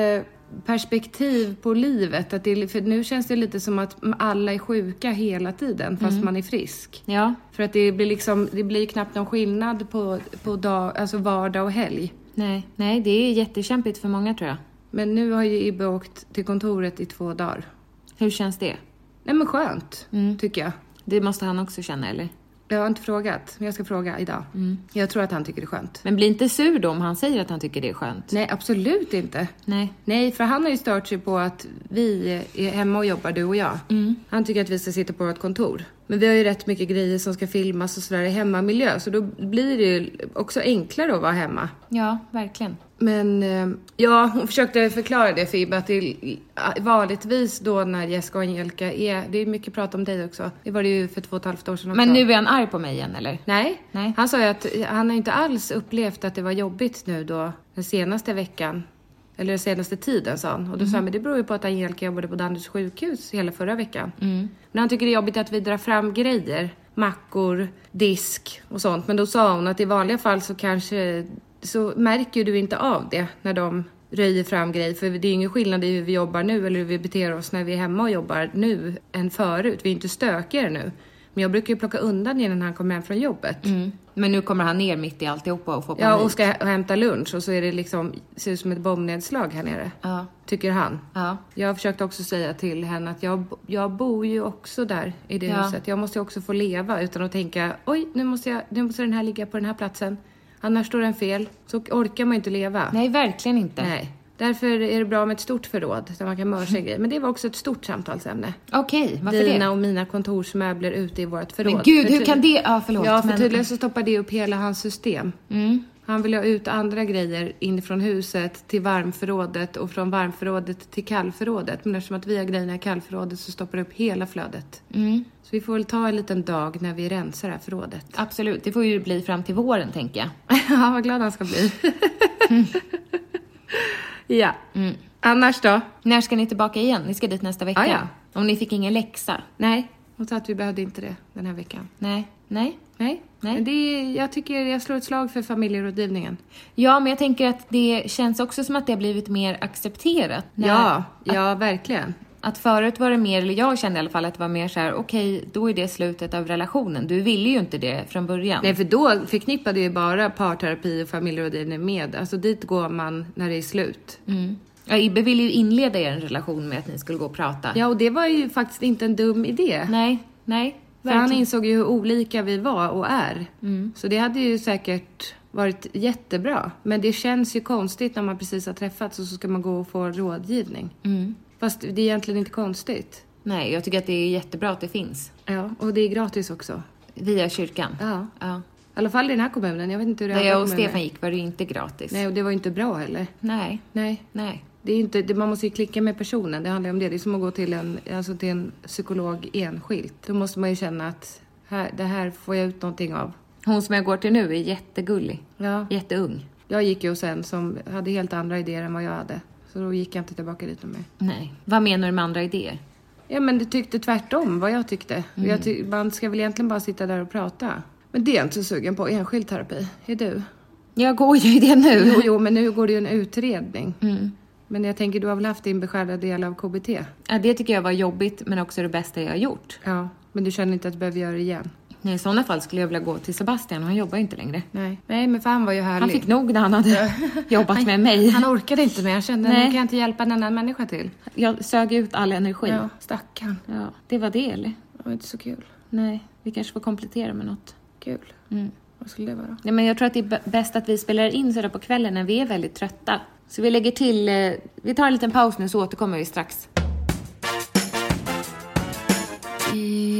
perspektiv på livet. Att det, är- för nu känns det lite som att alla är sjuka hela tiden, fast Mm. man är frisk. Ja, För att det blir liksom, det blir ju knappt någon skillnad på, på dag, alltså vardag och helg. nej, nej, det är jättekämpigt för många tror jag. Men nu har ju Ibbe åkt till kontoret i två dagar. Hur känns det? Nej men skönt, Mm. tycker jag. Det måste han också känna eller? Jag har inte frågat, men jag ska fråga idag. Jag tror att han tycker det är skönt. Mm. Men bli inte sur då om han säger att han tycker det är skönt. Nej, absolut inte. Nej. Nej, för han har ju stört sig på att vi är hemma och jobbar, du och jag. Mm. Han tycker att vi ska sitta på vårt kontor. Men vi har ju rätt mycket grejer som ska filmas och sådär i hemmamiljö, så då blir det ju också enklare att vara hemma. Ja, verkligen. Men eh, ja, hon försökte förklara det för Ibbe att det är- vanligtvis då när Jessica och Angelica är, det är mycket prat om dig också. Det var det ju för två och ett halvt år sedan också. Men nu är han arg på mig igen eller? Nej. Nej. han sa ju att han har inte alls upplevt att det var jobbigt nu då den senaste veckan. Eller senaste tiden sa han. Och då sa han, men det beror ju på att Angelica jobbade på Danderyds sjukhus hela förra veckan. Men han tycker det är jobbigt att vi drar fram grejer. Mackor, disk och sånt. Men då sa hon att i vanliga fall så kanske, så märker ju du inte av det när de röjer fram grejer. För det är ju ingen skillnad i hur vi jobbar nu eller hur vi beter oss när vi är hemma och jobbar nu än förut. Vi är inte stökigare nu. Men jag brukar ju plocka undan innan han kommer hem från jobbet. Mm. Mm. Men nu kommer han ner mitt i alltihopa och får panik. Ja, och ska hä- och hämta lunch och så är det liksom, ser ut som ett bombnedslag här nere. Ja. Tycker han. Ja. Jag har försökt också säga till henne att jag, jag bor ju också där i det Ja. huset. Jag måste ju också få leva utan att tänka, oj, nu måste, jag, nu måste den här ligga på den här platsen. Annars står den fel. Så orkar man ju inte leva. Nej, verkligen inte. Nej. Därför är det bra med ett stort förråd där man kan mörsa grejer. Men det var också ett stort samtalsämne. Okej, varför Dina det? och mina kontorsmöbler ute i vårt förråd. Men gud, För hur kan det... Ja, förlåt. Ja, för men... Mm. tydligen så stoppar det upp hela hans system. Han vill ha ut andra grejer inifrån huset till varmförrådet och från varmförrådet till kallförrådet. Men eftersom att vi har grejerna i kallförrådet så stoppar det upp hela flödet. Mm. Så vi får väl ta en liten dag när vi rensar det här förrådet. Absolut, det får ju bli fram till våren, tänker jag. ja, vad glad han ska bli. ja. Mm. Annars då? När ska ni tillbaka igen? Ni ska dit nästa vecka? Ja, Ah, ja. Om ni fick ingen läxa? Nej, hon sa att vi behövde inte det den här veckan. Nej. Nej. Nej, Nej. Men Det är, jag tycker jag slår ett slag för familjerådgivningen. Ja, men jag tänker att det känns också som att det har blivit mer accepterat. När- Ja, ja verkligen. Att förut var det mer, eller jag kände i alla fall att det var mer så här: okej, då är det slutet av relationen. Du ville ju inte det från början. Nej, för då förknippade ju bara parterapi och familjerådgivning med, alltså dit går man när det är slut. Mm. Ja, Ibbe ville ju inleda er relation med att ni skulle gå och prata. Ja, och det var ju faktiskt inte en dum idé. Nej, nej. för han verkligen. insåg ju hur olika vi var och är. Så det hade ju säkert varit jättebra. Men det känns ju konstigt när man precis har träffats och så ska man gå och få rådgivning. Fast det är egentligen inte konstigt. Nej, jag tycker att det är jättebra att det finns. Ja, och det är gratis också. Via kyrkan. Ja. ja. I alla fall i den här kommunen. Jag vet inte hur det är Där i andra jag och kommuner. Stefan gick var det ju inte gratis. Nej, och det var ju inte bra heller. Nej. Nej. Nej. Det är inte, det, man måste ju klicka med personen, det handlar ju om det. Det är som att gå till en, alltså till en psykolog enskilt. Då måste man ju känna att här, det här får jag ut någonting av. Hon som jag går till nu är jättegullig. Ja. Jätteung. Jag gick ju hos en som hade helt andra idéer än vad jag hade. Så då gick jag inte tillbaka dit med. Nej. Vad menar du med andra idéer? Ja men du tyckte tvärtom vad jag tyckte. Och Jag ty- man ska väl egentligen bara sitta där och prata. Men det är jag inte så sugen på, enskild terapi. Är du? Jag går ju i det nu. Jo, jo men nu går det ju en utredning. Men jag tänker du har väl haft din beskärda del av KBT? Ja, det tycker jag var jobbigt, men också det bästa jag har gjort. Ja. Men du känner inte att du behöver göra det igen? Nej, I sådana fall skulle jag vilja gå till Sebastian, han jobbar ju inte längre. Nej. Nej, men för han var ju härlig. Han fick nog när han hade jobbat med mig. Han orkade inte mer, jag kände Nej. nu kan jag inte hjälpa en annan människa till. Jag sög ut all energi. Ja, stackarn. Ja, det var det eller? Det var inte så kul. Nej, vi kanske får komplettera med något. Kul. Mm. Vad skulle det vara? Nej, men jag tror att det är b- bäst att vi spelar in sådär på kvällen när vi är väldigt trötta. Så vi lägger till, eh, vi tar en liten paus nu så återkommer vi strax.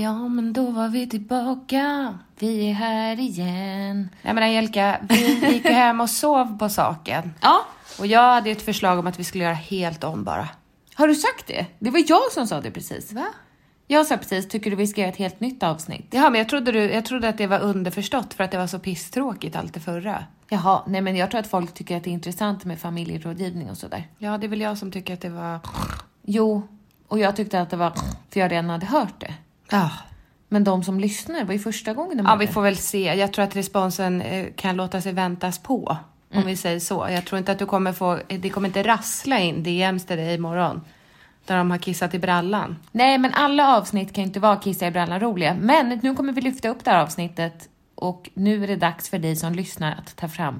Ja, men då var vi tillbaka. Vi är här igen. Nej men Angelica, vi gick ju hem och sov på saken. Ja, Och jag hade ju ett förslag om att vi skulle göra helt om bara. har du sagt det? Det var jag som sa det precis. Va? Jag sa precis, tycker du vi ska göra ett helt nytt avsnitt? Jaha, men jag trodde, du, jag trodde att det var underförstått för att det var så pisstråkigt allt det förra. Jaha, nej men jag tror att folk tycker att det är intressant med familjerådgivning och sådär. Ja, det är väl jag som tycker att det var... Jo, och jag tyckte att det var för jag redan hade hört det. Ja. Men de som lyssnar var ju första gången de Ja, hörde. vi får väl se. Jag tror att responsen eh, kan låta sig väntas på. Om Mm. vi säger så. Jag tror inte att du kommer få... eh, Det kommer inte rassla in DMs till dig imorgon. Där de har kissat i brallan. Nej, men alla avsnitt kan ju inte vara kissa i brallan roliga. Men nu kommer vi lyfta upp det här avsnittet och nu är det dags för dig som lyssnar att ta fram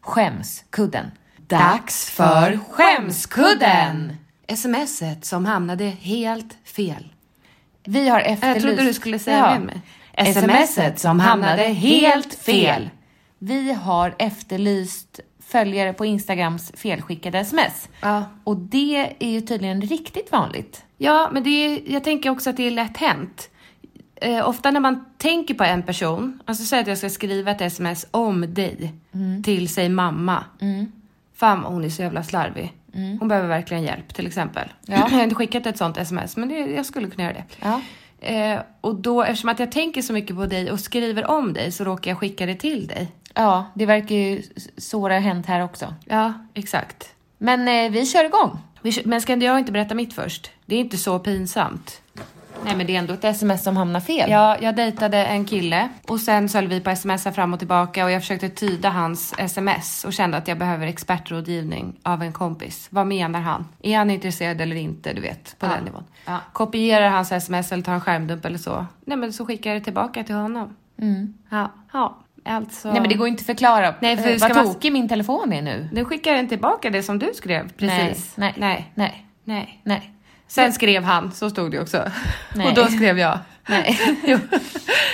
Skämskudden. Dags för Skämskudden! Smset som hamnade helt fel. Vi har efterlyst... Jag trodde du skulle säga med mig. SMSet som hamnade helt fel. Vi har efterlyst följare på Instagrams felskickade sms. Ja. Och det är ju tydligen riktigt vanligt. Ja, men det är, jag tänker också att det är lätt hänt. Eh, ofta när man tänker på en person, alltså säg att jag ska skriva ett sms om dig Mm. till, säg mamma. Fan, hon är så jävla slarvig. Mm. Hon behöver verkligen hjälp till exempel. Jag har inte skickat ett sånt sms, men det, jag skulle kunna göra det. Ja. Eh, och då, eftersom att jag tänker så mycket på dig och skriver om dig så råkar jag skicka det till dig. Ja, det verkar ju s- såra hänt här också. Ja, exakt. Men eh, vi kör igång. Vi kö- Men ska jag inte berätta mitt först? Det är inte så pinsamt. Nej, men det är ändå ett sms som hamnar fel. Ja, jag dejtade en kille och sen så höll vi på smsa fram och tillbaka och jag försökte tyda hans sms och kände att jag behöver expertrådgivning av en kompis. Vad menar han? Är han intresserad eller inte? Du vet, på den nivån. Ja. Kopierar hans sms eller tar en skärmdump eller så. Nej men så skickar jag det tillbaka till honom. Ja, ja, alltså. Mm. Nej, men det går inte att förklara. Nej, för Eh, ska Vad man- tokig min telefon är nu. Nu skickar den tillbaka det som du skrev precis. Nej, nej, nej, nej. nej. nej. Sen skrev han, så stod det också. Nej. Och då skrev jag. Nej. jo.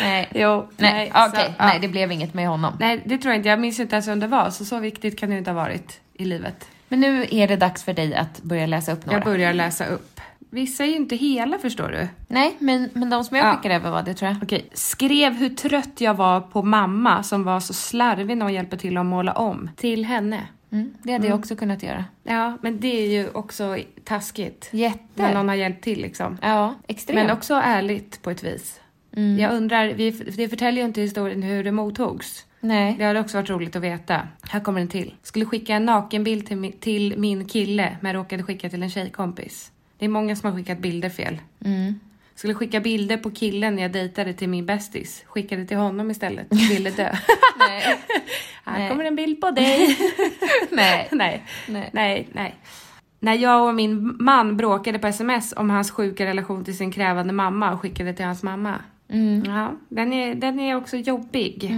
Nej. Jo. Nej, så- okej. ja. Nej, det blev inget med honom. Nej, det tror jag inte. Jag minns inte ens vem det var, så så viktigt kan det inte ha varit i livet. Men nu är det dags för dig att börja läsa upp några. Jag börjar läsa upp. Vissa är ju inte hela, förstår du. Nej, men, men de som jag Ja. skickade över var det tror jag. Okej. Skrev hur trött jag var på mamma som var så slarvig när hon hjälpte till att måla om. Till henne. Mm, det hade jag också kunnat göra. Ja, men det är ju också taskigt. Jätte. När någon har hjälpt till liksom. Ja, extremt. Men också ärligt på ett vis. Mm. Jag undrar, vi, det förtäljer ju inte historien hur det mottogs. Nej. Det hade också varit roligt att veta. Här kommer en till. Skulle skicka en nakenbild till, mi- till min kille, men råkade skicka till en tjejkompis. Det är många som har skickat bilder fel. Mm. Skulle skicka bilder på killen jag dejtade till min bästis. Skickade till honom istället. Ville dö. Nej. Här Nej. kommer en bild på dig. Nej. nej. Nej. Nej. Nej. Nej. När jag och min man bråkade på sms om hans sjuka relation till sin krävande mamma och skickade till hans mamma. Mm. Ja, den, är, den är också jobbig.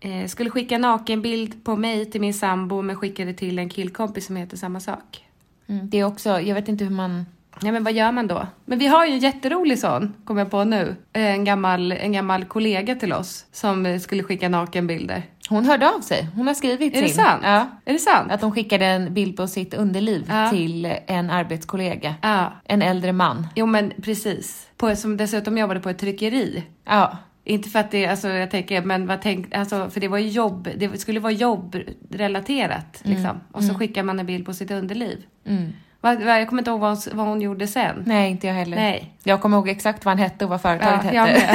Eh, skulle skicka nakenbild på mig till min sambo men skickade till en killkompis som heter samma sak. Mm, det är också, jag vet inte hur man... Nej men vad gör man då? Men vi har ju en jätterolig sån, kommer jag på nu. Eh, En gammal, en gammal kollega till oss som eh, skulle skicka nakenbilder. Hon hörde av sig. Hon har skrivit Är det sin. sant? Ja. Är det sant? Att hon skickade en bild på sitt underliv Ja. till en arbetskollega. Ja. En äldre man. Jo men precis. På, som dessutom jobbade på ett tryckeri. Ja. Inte för att det, alltså jag tänker, men vad tänk, alltså för det var ju jobb, det skulle vara jobbrelaterat Mm. liksom. Och så skickar man en bild på sitt underliv. Vad- vad- jag kommer inte ihåg vad hon, s- vad hon gjorde sen. Nej, inte jag heller. Nej. Jag kommer ihåg exakt vad han hette och vad företaget jag hette.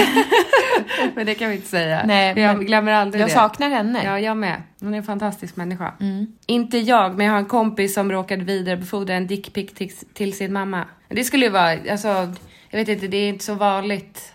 med. men det kan vi inte säga. Nej, För jag men glömmer aldrig jag det. saknar henne. Ja, jag med. Hon är en fantastisk människa. Mm. Inte jag, men jag har en kompis som råkade vidarebefordra en dickpic till, till sin mamma. Det skulle ju vara, alltså, jag vet inte, det är inte så vanligt.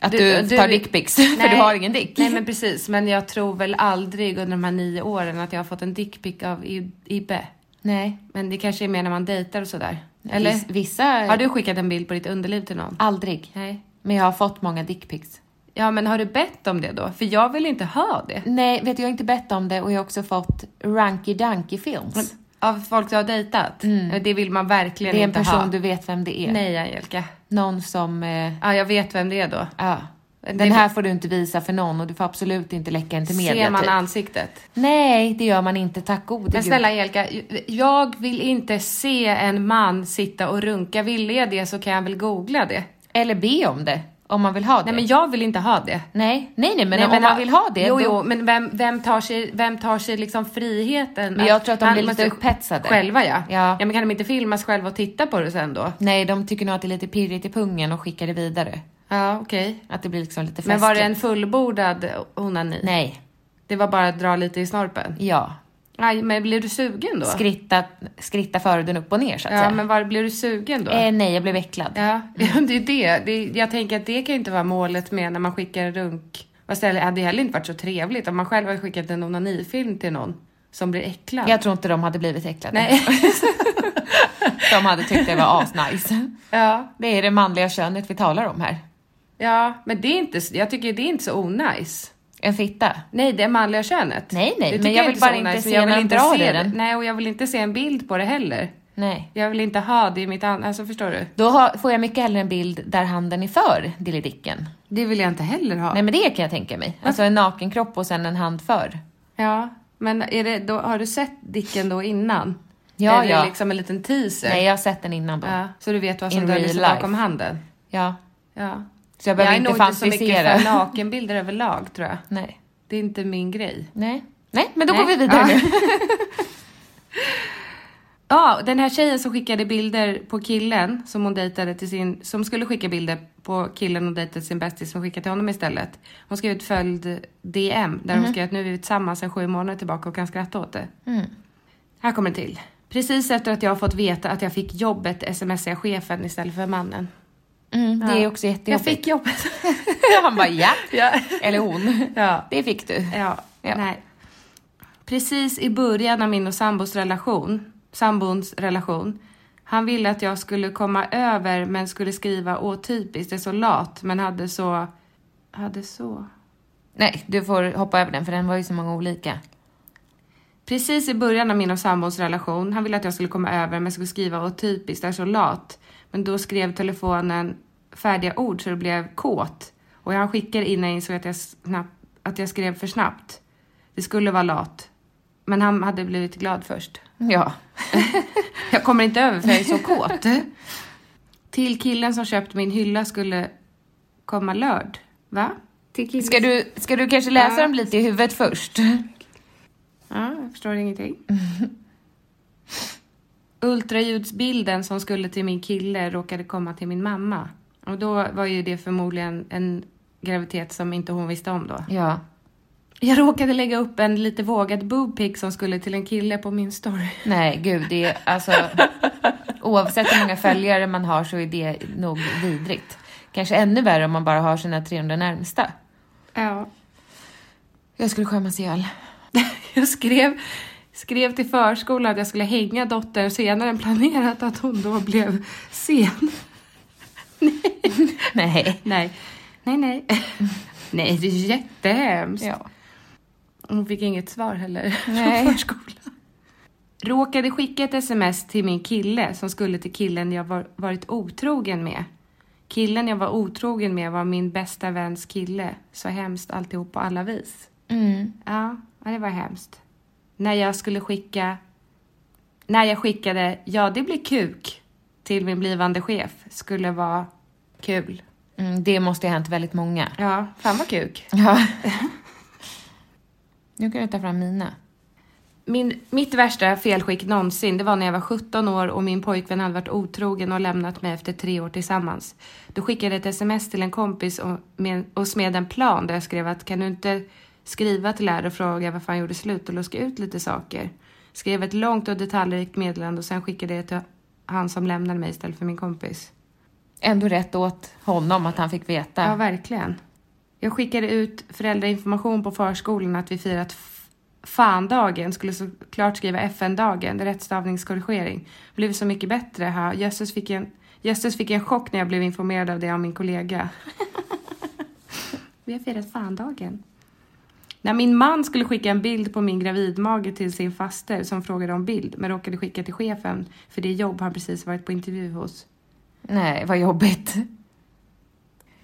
Att du, tar dickpics, för du Nej. har ingen dick. Nej men precis, men jag tror väl aldrig under de här nio åren att jag har fått en dickpic av I- Ibbe. Nej. Men det kanske är mer när man dejtar och sådär. Eller? Viss- Vissa... Har du skickat en bild på ditt underliv till någon? Aldrig. Nej. Men jag har fått många dickpics. Ja men har du bett om det då? För jag vill inte ha det. Nej, vet du, jag har inte bett om det och jag har också fått Runky Dunky Films. Av folk du har dejtat? Det vill man verkligen Mm. Det är en inte ha. person du vet vem det är. Nej Angelica. Någon som... Eh, Ja, jag vet vem det är då. ja. Den här får du inte visa för någon och du får absolut inte läcka den till media. Ser man typ. ansiktet? Nej, det gör man inte. Tack gode Men gud. snälla Angelica, jag vill inte se en man sitta och runka. Vill jag det så kan jag väl googla det. Eller be om det. Om man vill ha det. Nej men jag vill inte ha det. nej, nej, nej, men om man vill ha det. Jo, då- jo, men vem, vem, tar sig, vem tar sig liksom friheten? Men jag tror att de Man blir lite måste- upphetsade. Själva ja. Ja. men kan de inte filmas själva och titta på det sen då? Nej, de tycker nog att det är lite pirrigt i pungen och skickar det vidare. Ja, okej. Att det blir liksom lite festligt. Men var det en fullbordad onani? Nej. Det var bara att dra lite i snorpen? Ja. Aj, men blev du sugen då? Skritta, skritta förhuden upp och ner så att Ja, säga. men var, blev du sugen då? eh, nej, jag blev äcklad. Ja, ja, det är det. det är, jag tänker att det kan ju inte vara målet med när man skickar runk. Och ställer, det hade heller inte varit så trevligt om man själv hade skickat en onanifilm till någon som blir äcklad. Jag tror inte de hade blivit äcklade. Nej. De hade tyckt det var asnice. ja, Det är det manliga könet vi talar om här. ja, men det är inte, jag tycker det är inte så onajs. En fitta. Nej, det är manliga könet. Nej, nej, Det men tycker jag vill så bara inte onajs, men se jag vill när de drar i se den. det. Nej, och jag vill inte se en bild på det heller. Nej. Jag vill inte ha det i mitt an... Alltså förstår du? Då har, får jag mycket hellre en bild där handen är för Dilledicken. Det vill jag inte heller ha. Nej men det kan jag tänka mig. Alltså en nakenkropp och sen en hand för. Ja, men är det, då, har du sett Dicken då innan? Ja, Är det ja. liksom en liten teaser? Nej jag har sett den innan då. Ja, så du vet vad In som döljer real sig life. bakom handen? Ja. Ja. Så jag behöver är inte nog inte så fantisera. mycket för nakenbilder överlag tror jag. Nej. Det är inte min grej. Nej. Nej men då Nej. går vi vidare Ja. nu. Ja, den här tjejen som skickade bilder på killen som hon dejtade till sin, som skulle skicka bilder på killen och dejtade sin bästis som skickade till honom istället. Hon skrev ett följd DM där hon skrev att nu är vi tillsammans sedan sju månader tillbaka och kan skratta åt det. Här kommer det till. Precis efter att jag har fått veta att jag fick jobbet smsar jag chefen istället för mannen. Mm, det är Ja. också Jag jättejobbigt. fick jobbet. Han bara ja. Ja. Eller hon. Ja. Det fick du. Ja, Ja. nej. Precis i början av min och sambos relation, sambons relation, han ville att jag skulle komma över men skulle skriva åh typiskt, det är så lat, men hade så, hade så. Nej, du får hoppa över den för den var ju så många olika. Precis i början av min och sambons relation, han ville att jag skulle komma över men skulle skriva åh typiskt, det är så lat, men då skrev telefonen färdiga ord så det blev kåt och han skickade innan jag insåg att jag, snabbt, att jag skrev för snabbt. Det skulle vara lat, men han hade blivit glad först. Ja. Jag kommer inte över för jag är så kåt. Till killen som köpt min hylla skulle komma lörd. Va? Till killen? Ska du, ska du kanske läsa Ja. dem lite i huvudet först? Ja, jag förstår ingenting. Ultraljudsbilden som skulle till min kille råkade komma till min mamma. Och då var ju det förmodligen en graviditet som inte hon visste om då. Ja. Jag råkade lägga upp en lite vågad boobpic som skulle till en kille på min story. Nej, gud, det är alltså... Oavsett hur många följare man har så är det nog vidrigt. Kanske ännu värre om man bara har sina 300 närmsta. Ja. Jag skulle skämmas ihjäl. Jag skrev, skrev till förskolan att jag skulle hänga dottern senare än planerat att hon då blev sen. Nej. Nej, nej, nej. Nej, det är jättehemskt. Ja. Hon fick inget svar heller Nej. från förskolan. Råkade skicka ett sms till min kille som skulle till killen jag var, varit otrogen med. Killen jag var otrogen med var min bästa väns kille. Så hemskt alltihop på alla vis. Mm. Ja, ja, det var hemskt. När jag skulle skicka... När jag skickade “Ja, det blir kuk” till min blivande chef skulle vara kul. Mm, det måste ju ha hänt väldigt många. Ja, fan vad kuk. Ja. Nu kan du ta fram mina. Min, mitt värsta felskick någonsin, det var när jag var 17 år och min pojkvän hade varit otrogen och lämnat mig efter tre år tillsammans. Då skickade jag ett sms till en kompis och, med, och smed en plan där jag skrev att kan du inte skriva till här och fråga varför han gjorde slut och luska ut lite saker. Skrev ett långt och detaljrikt meddelande och sen skickade jag till han som lämnade mig istället för min kompis. Ändå rätt åt honom att han fick veta. Ja, verkligen. Jag skickade ut föräldrainformation på förskolan att vi firat f- fan-dagen, skulle såklart skriva FN-dagen, det är rättstavningskorrigering. Blev så mycket bättre, ha. Jösses fick, en, jösses fick en chock när jag blev informerad av det av min kollega. vi har firat fan-dagen. När min man skulle skicka en bild på min gravidmage till sin faster som frågade om bild, men råkade skicka till chefen för det jobb han precis varit på intervju hos. Nej, vad jobbigt.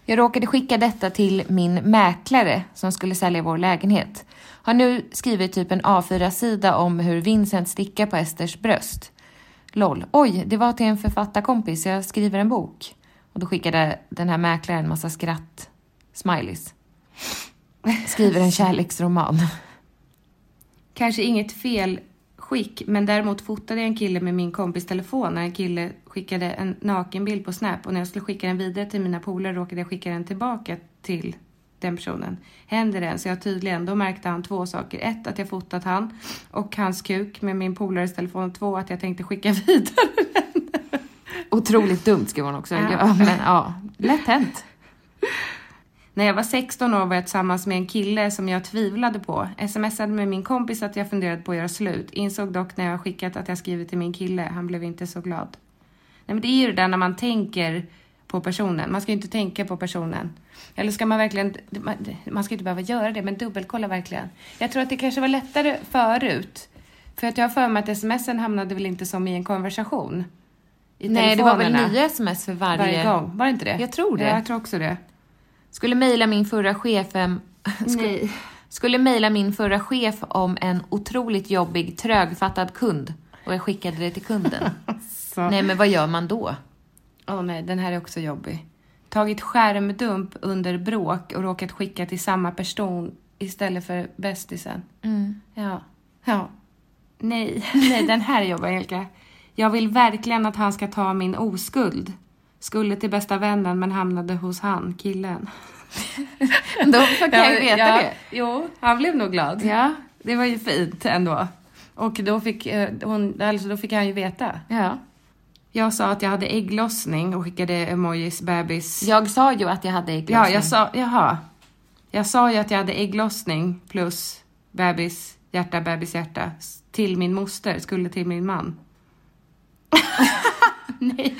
Jag råkade skicka detta till min mäklare som skulle sälja vår lägenhet. Har nu skrivit typ en A4-sida om hur Vincent stickar på Esters bröst. LOL. Oj, det var till en författarkompis. Jag skriver en bok. Och då skickade den här mäklaren en massa skratt-smileys. Skriver en kärleksroman. Kanske inget fel skick, men däremot fotade jag en kille med min kompis telefon när en kille skickade en nakenbild på Snap och när jag skulle skicka den vidare till mina polare råkade jag skicka den tillbaka till den personen. Händer det så jag tydligen, då märkte han två saker. Ett, att jag fotat han och hans kuk med min polares telefon. Och två, att jag tänkte skicka vidare den. Otroligt dumt skrev hon också. Ja. Ja, men ja, lätt hänt. När jag var 16 år var jag tillsammans med en kille som jag tvivlade på. Smsade med min kompis att jag funderat på att göra slut. Insåg dock när jag skickat att jag skrivit till min kille. Han blev inte så glad. Nej men det är ju det där när man tänker på personen. Man ska ju inte tänka på personen. Eller ska man verkligen... man- Man ska ju inte behöva göra det, men dubbelkolla verkligen. Jag tror att det kanske var lättare förut. För att jag har för mig att smsen hamnade väl inte som i en konversation. I Nej, det var väl telefonerna. nya sms för varje... varje gång? Var det inte det? Jag tror det. Ja, jag tror också det. Skulle mejla min förra chef... em, Skulle, Nej. skulle mejla min förra chef om en otroligt jobbig, trögfattad kund. Och jag skickade det till kunden. Så. Nej, men vad gör man då? Åh nej, den här är också jobbig. Tagit skärmdump under bråk och råkat skicka till samma person istället för bästisen. Ja. Ja. Nej, nej, den här är jobbig Angelica. Jag vill verkligen att han ska ta min oskuld. Skulle till bästa vännen men hamnade hos han, killen. Då kan jag ju veta ja, det. Jo, han blev nog glad. Ja. Det var ju fint ändå. Och då fick, eh, hon, alltså då fick han ju veta. Ja. Jag sa att jag hade ägglossning och skickade emojis bebis. Jag sa ju att jag hade ägglossning. Ja, jag sa, jaha. Jag sa ju att jag hade ägglossning plus bebis, hjärta, bebis, hjärta s- till min moster, skulle till min man. Nej.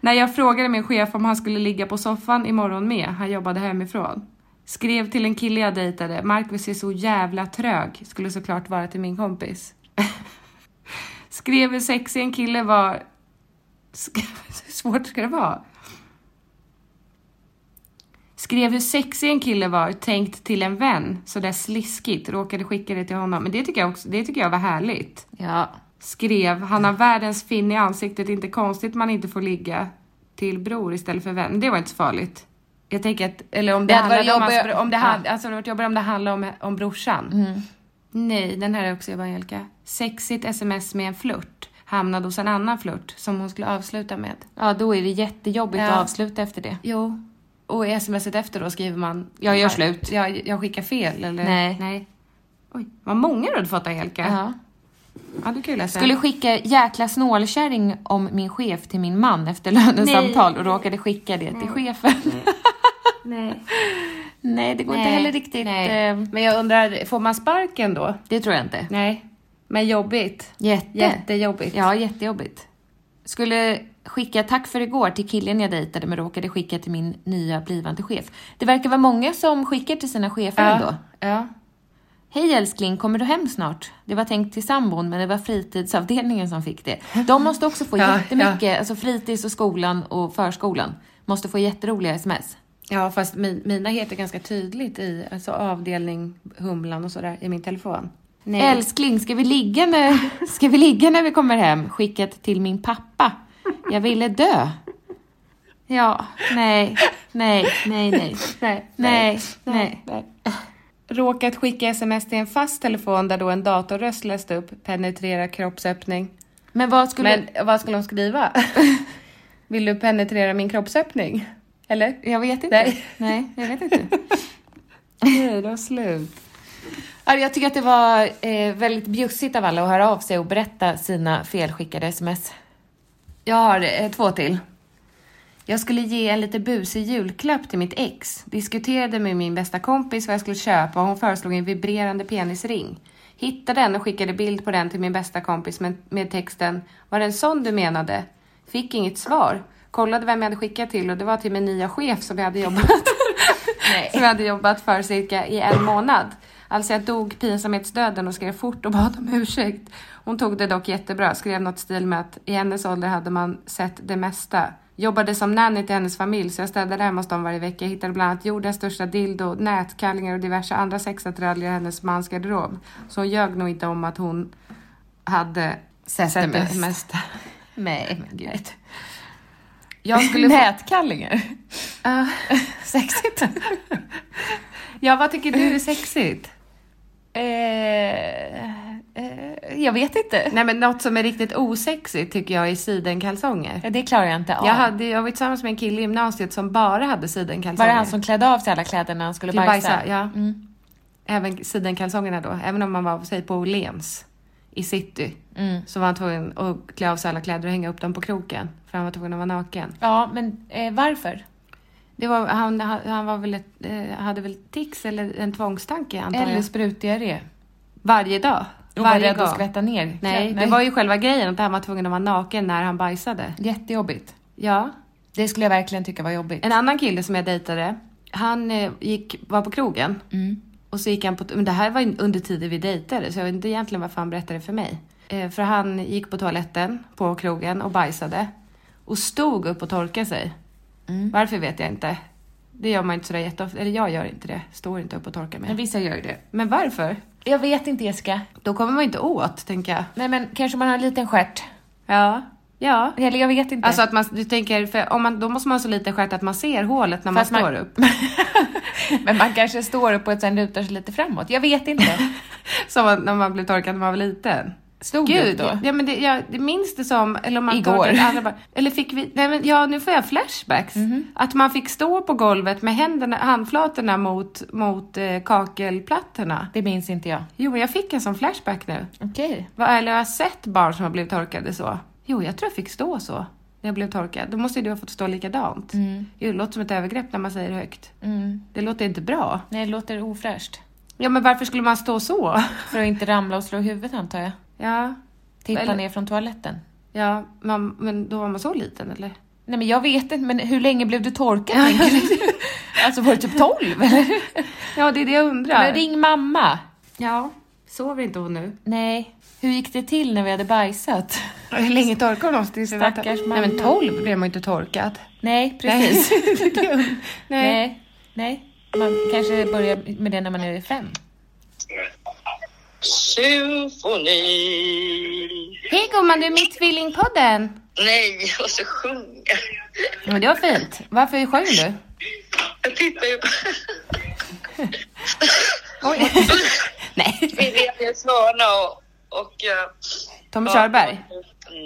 När jag frågade min chef om han skulle ligga på soffan imorgon med, han jobbade hemifrån. Skrev till en kille jag dejtade, Marcus är så jävla trög, skulle såklart vara till min kompis. Skrev hur sexig en kille var... Sk- hur svårt ska det vara? Skrev hur sexig en kille var, tänkt till en vän, sådär sliskigt, råkade skicka det till honom. Men det tycker jag, också, det tycker jag var härligt. Ja. Skrev, han har världens fin i ansiktet, inte konstigt man inte får ligga till bror istället för vän. Men Det var inte så farligt. Jag tänker att, eller om det, Det hade varit handlade om, hans, jobbigare- bro- om det, hade, alltså det hade varit jobbigare om det handlade om, om brorsan. Nej, den här är också jag bara, Angelica. Sexigt sms med en flört, hamnade hos en annan flört som hon skulle avsluta med. Ja, då är det jättejobbigt Ja. att avsluta efter det. Jo. Och i smset efter då skriver man... Jag gör slut. Jag, jag skickar fel eller? Nej. Nej. Oj, vad många du hade fått Angelica. Ja. ja, du kan ju läsa. Skulle skicka jäkla snålkärring om min chef till min man efter lönesamtal Nej. och råkade skicka det till chefen. Nej. Nej, det går inte heller riktigt. Nej. Eh, Men jag undrar, får man sparken då? det tror jag inte. Nej. Men jobbigt. Jätte. Jättejobbigt. Ja, jättejobbigt. Skulle skicka tack för igår till killen jag dejtade men råkade skicka till min nya blivande chef. Det verkar vara många som skickar till sina chefer ändå. ja. Hej älskling, kommer du hem snart? Det var tänkt till sambon men det var fritidsavdelningen som fick det. De måste också få Ja, jättemycket, alltså fritids och skolan och förskolan. Måste få jätteroliga sms. Ja, fast mi- mina heter ganska tydligt i alltså avdelning Humlan och sådär i min telefon. Nej. Älskling, ska vi, ligga när, ska vi ligga när vi kommer hem? Skickat till min pappa. Jag ville dö. Ja, nej, nej, nej, nej. Nej. Nej, nej. Råkat skicka sms till en fast telefon där då en datorröst läste upp penetrera kroppsöppning. Men vad skulle... Men vad skulle hon skriva? Vill du penetrera min kroppsöppning? Eller? jag vet inte. Nej. nej, jag vet inte. Nej, då slut. Ja, Jag tycker att det var eh, väldigt bjussigt av alla att höra av sig och berätta sina felskickade sms. Jag har eh, två till. Jag skulle ge en lite busig julklapp till mitt ex. Diskuterade med min bästa kompis vad jag skulle köpa och hon föreslog en vibrerande penisring. Hittade den och skickade bild på den till min bästa kompis med, med texten Var det en sån du menade? Fick inget svar. Kollade vem jag hade skickat till och det var till min nya chef som jag hade jobbat, som jag hade jobbat för cirka i en månad. Alltså jag dog pinsamhetsdöden och skrev fort och bad om ursäkt. Hon tog det dock jättebra, skrev något i stil med att i hennes ålder hade man sett det mesta. Jobbade som nanny till hennes familj så jag städade hemma hos dem varje vecka. Jag hittade bland annat jordens största dildo, nätkallingar och diverse andra sexattiraljer i hennes mans garderob. Så hon ljög nog inte om att hon hade Sett det mesta. Nej, men gud. Jag skulle få... Nätkallingar. Ja. Sexigt. ja, vad tycker du är sexigt? eh, eh, jag vet inte. Nej, men något som är riktigt osexigt tycker jag är sidenkalsonger. Ja, Det klarar jag inte av. Jag, hade, jag var tillsammans med en kille i gymnasiet som bara hade sidenkalsonger. Var det han som Mm. klädde av sig alla kläder när han skulle Till bajsa? bajsa, ja. Även sidenkalsongerna då. Även om man var säg, på Åhléns i city. Mm. Så var han tvungen att klä av sig alla kläder och hänga upp dem på kroken. För han var tvungen att vara naken. Ja, men eh, varför? Det var, han, han var väl ett, eh, hade väl tics eller en tvångstanke antar Eller jag. sprutdiarré? Varje dag. Och var rädd gång. att skvätta ner? Nej, Klä- det var ju själva grejen att han var tvungen att vara naken när han bajsade. Jättejobbigt. Ja. Det skulle jag verkligen tycka var jobbigt. En annan kille som jag dejtade, han eh, gick, var på krogen. Och så gick han på, men det här var ju under tiden vi dejtade så jag vet inte egentligen varför han berättade det för mig. Eh, för han gick på toaletten på krogen och bajsade. Och stod upp och torkade sig. Varför vet jag inte. Det gör man inte sådär jätteofta, eller jag gör inte det. Står inte upp och torkar mig. Men vissa gör ju det. Men varför? Jag vet inte Jessica. Då kommer man ju inte åt, tänker jag. Nej men kanske man har en liten stjärt. Ja. Ja. Eller jag vet inte. Alltså att man, du tänker, för om man, då måste man ha så liten stjärt att man ser hålet när man Fast står upp. men man kanske står upp och sen lutar sig lite framåt. Jag vet inte. Som att- när man blev torkad när man var liten. Stod Gud, du upp då? ja, men det, jag det minns det som, eller om man Igår. torkade alla bara, eller fick vi, nej men ja nu får jag flashbacks. Mhm. Att man fick stå på golvet med händerna, handflatorna mot, mot eh, kakelplattorna. Det minns inte jag. Jo men jag fick en sån flashback nu. Okej. Vad eller har jag sett barn som har blivit torkade så? Jo, jag tror jag fick stå så när jag blev torkad. Då måste ju du ha fått stå likadant. Mm. Jo, det låter som ett övergrepp när man säger det högt. Mm. Det låter inte bra. Nej, det låter ofräscht. Ja, men varför skulle man stå så? För att inte ramla och slå huvudet antar jag. Ja, Titta Eller- ner från toaletten. ja man, men då var man så liten eller? Nej men jag vet inte, men hur länge blev du torkad tänker du? Alltså var du typ 12 eller? Ja, det är det jag undrar. Men ring mamma. Ja, sover inte hon nu? Nej, hur gick det till när vi hade bajsat? Hur länge torkar hon oss? tills vi Stackars väntar? mamma. Nej, men 12 blev man ju inte torkad. Nej, precis. Nej. Nej. Nej. Nej. Man kanske börjar med det när man är fem. Symfoni. Hej gumman, du är med i Tvillingpodden. Nej, och så sjunga. Men det var fint. Varför sjöng du? Jag tittar ju på... Oj. Nej. Irene Svana och... och eh, Tommy Körberg.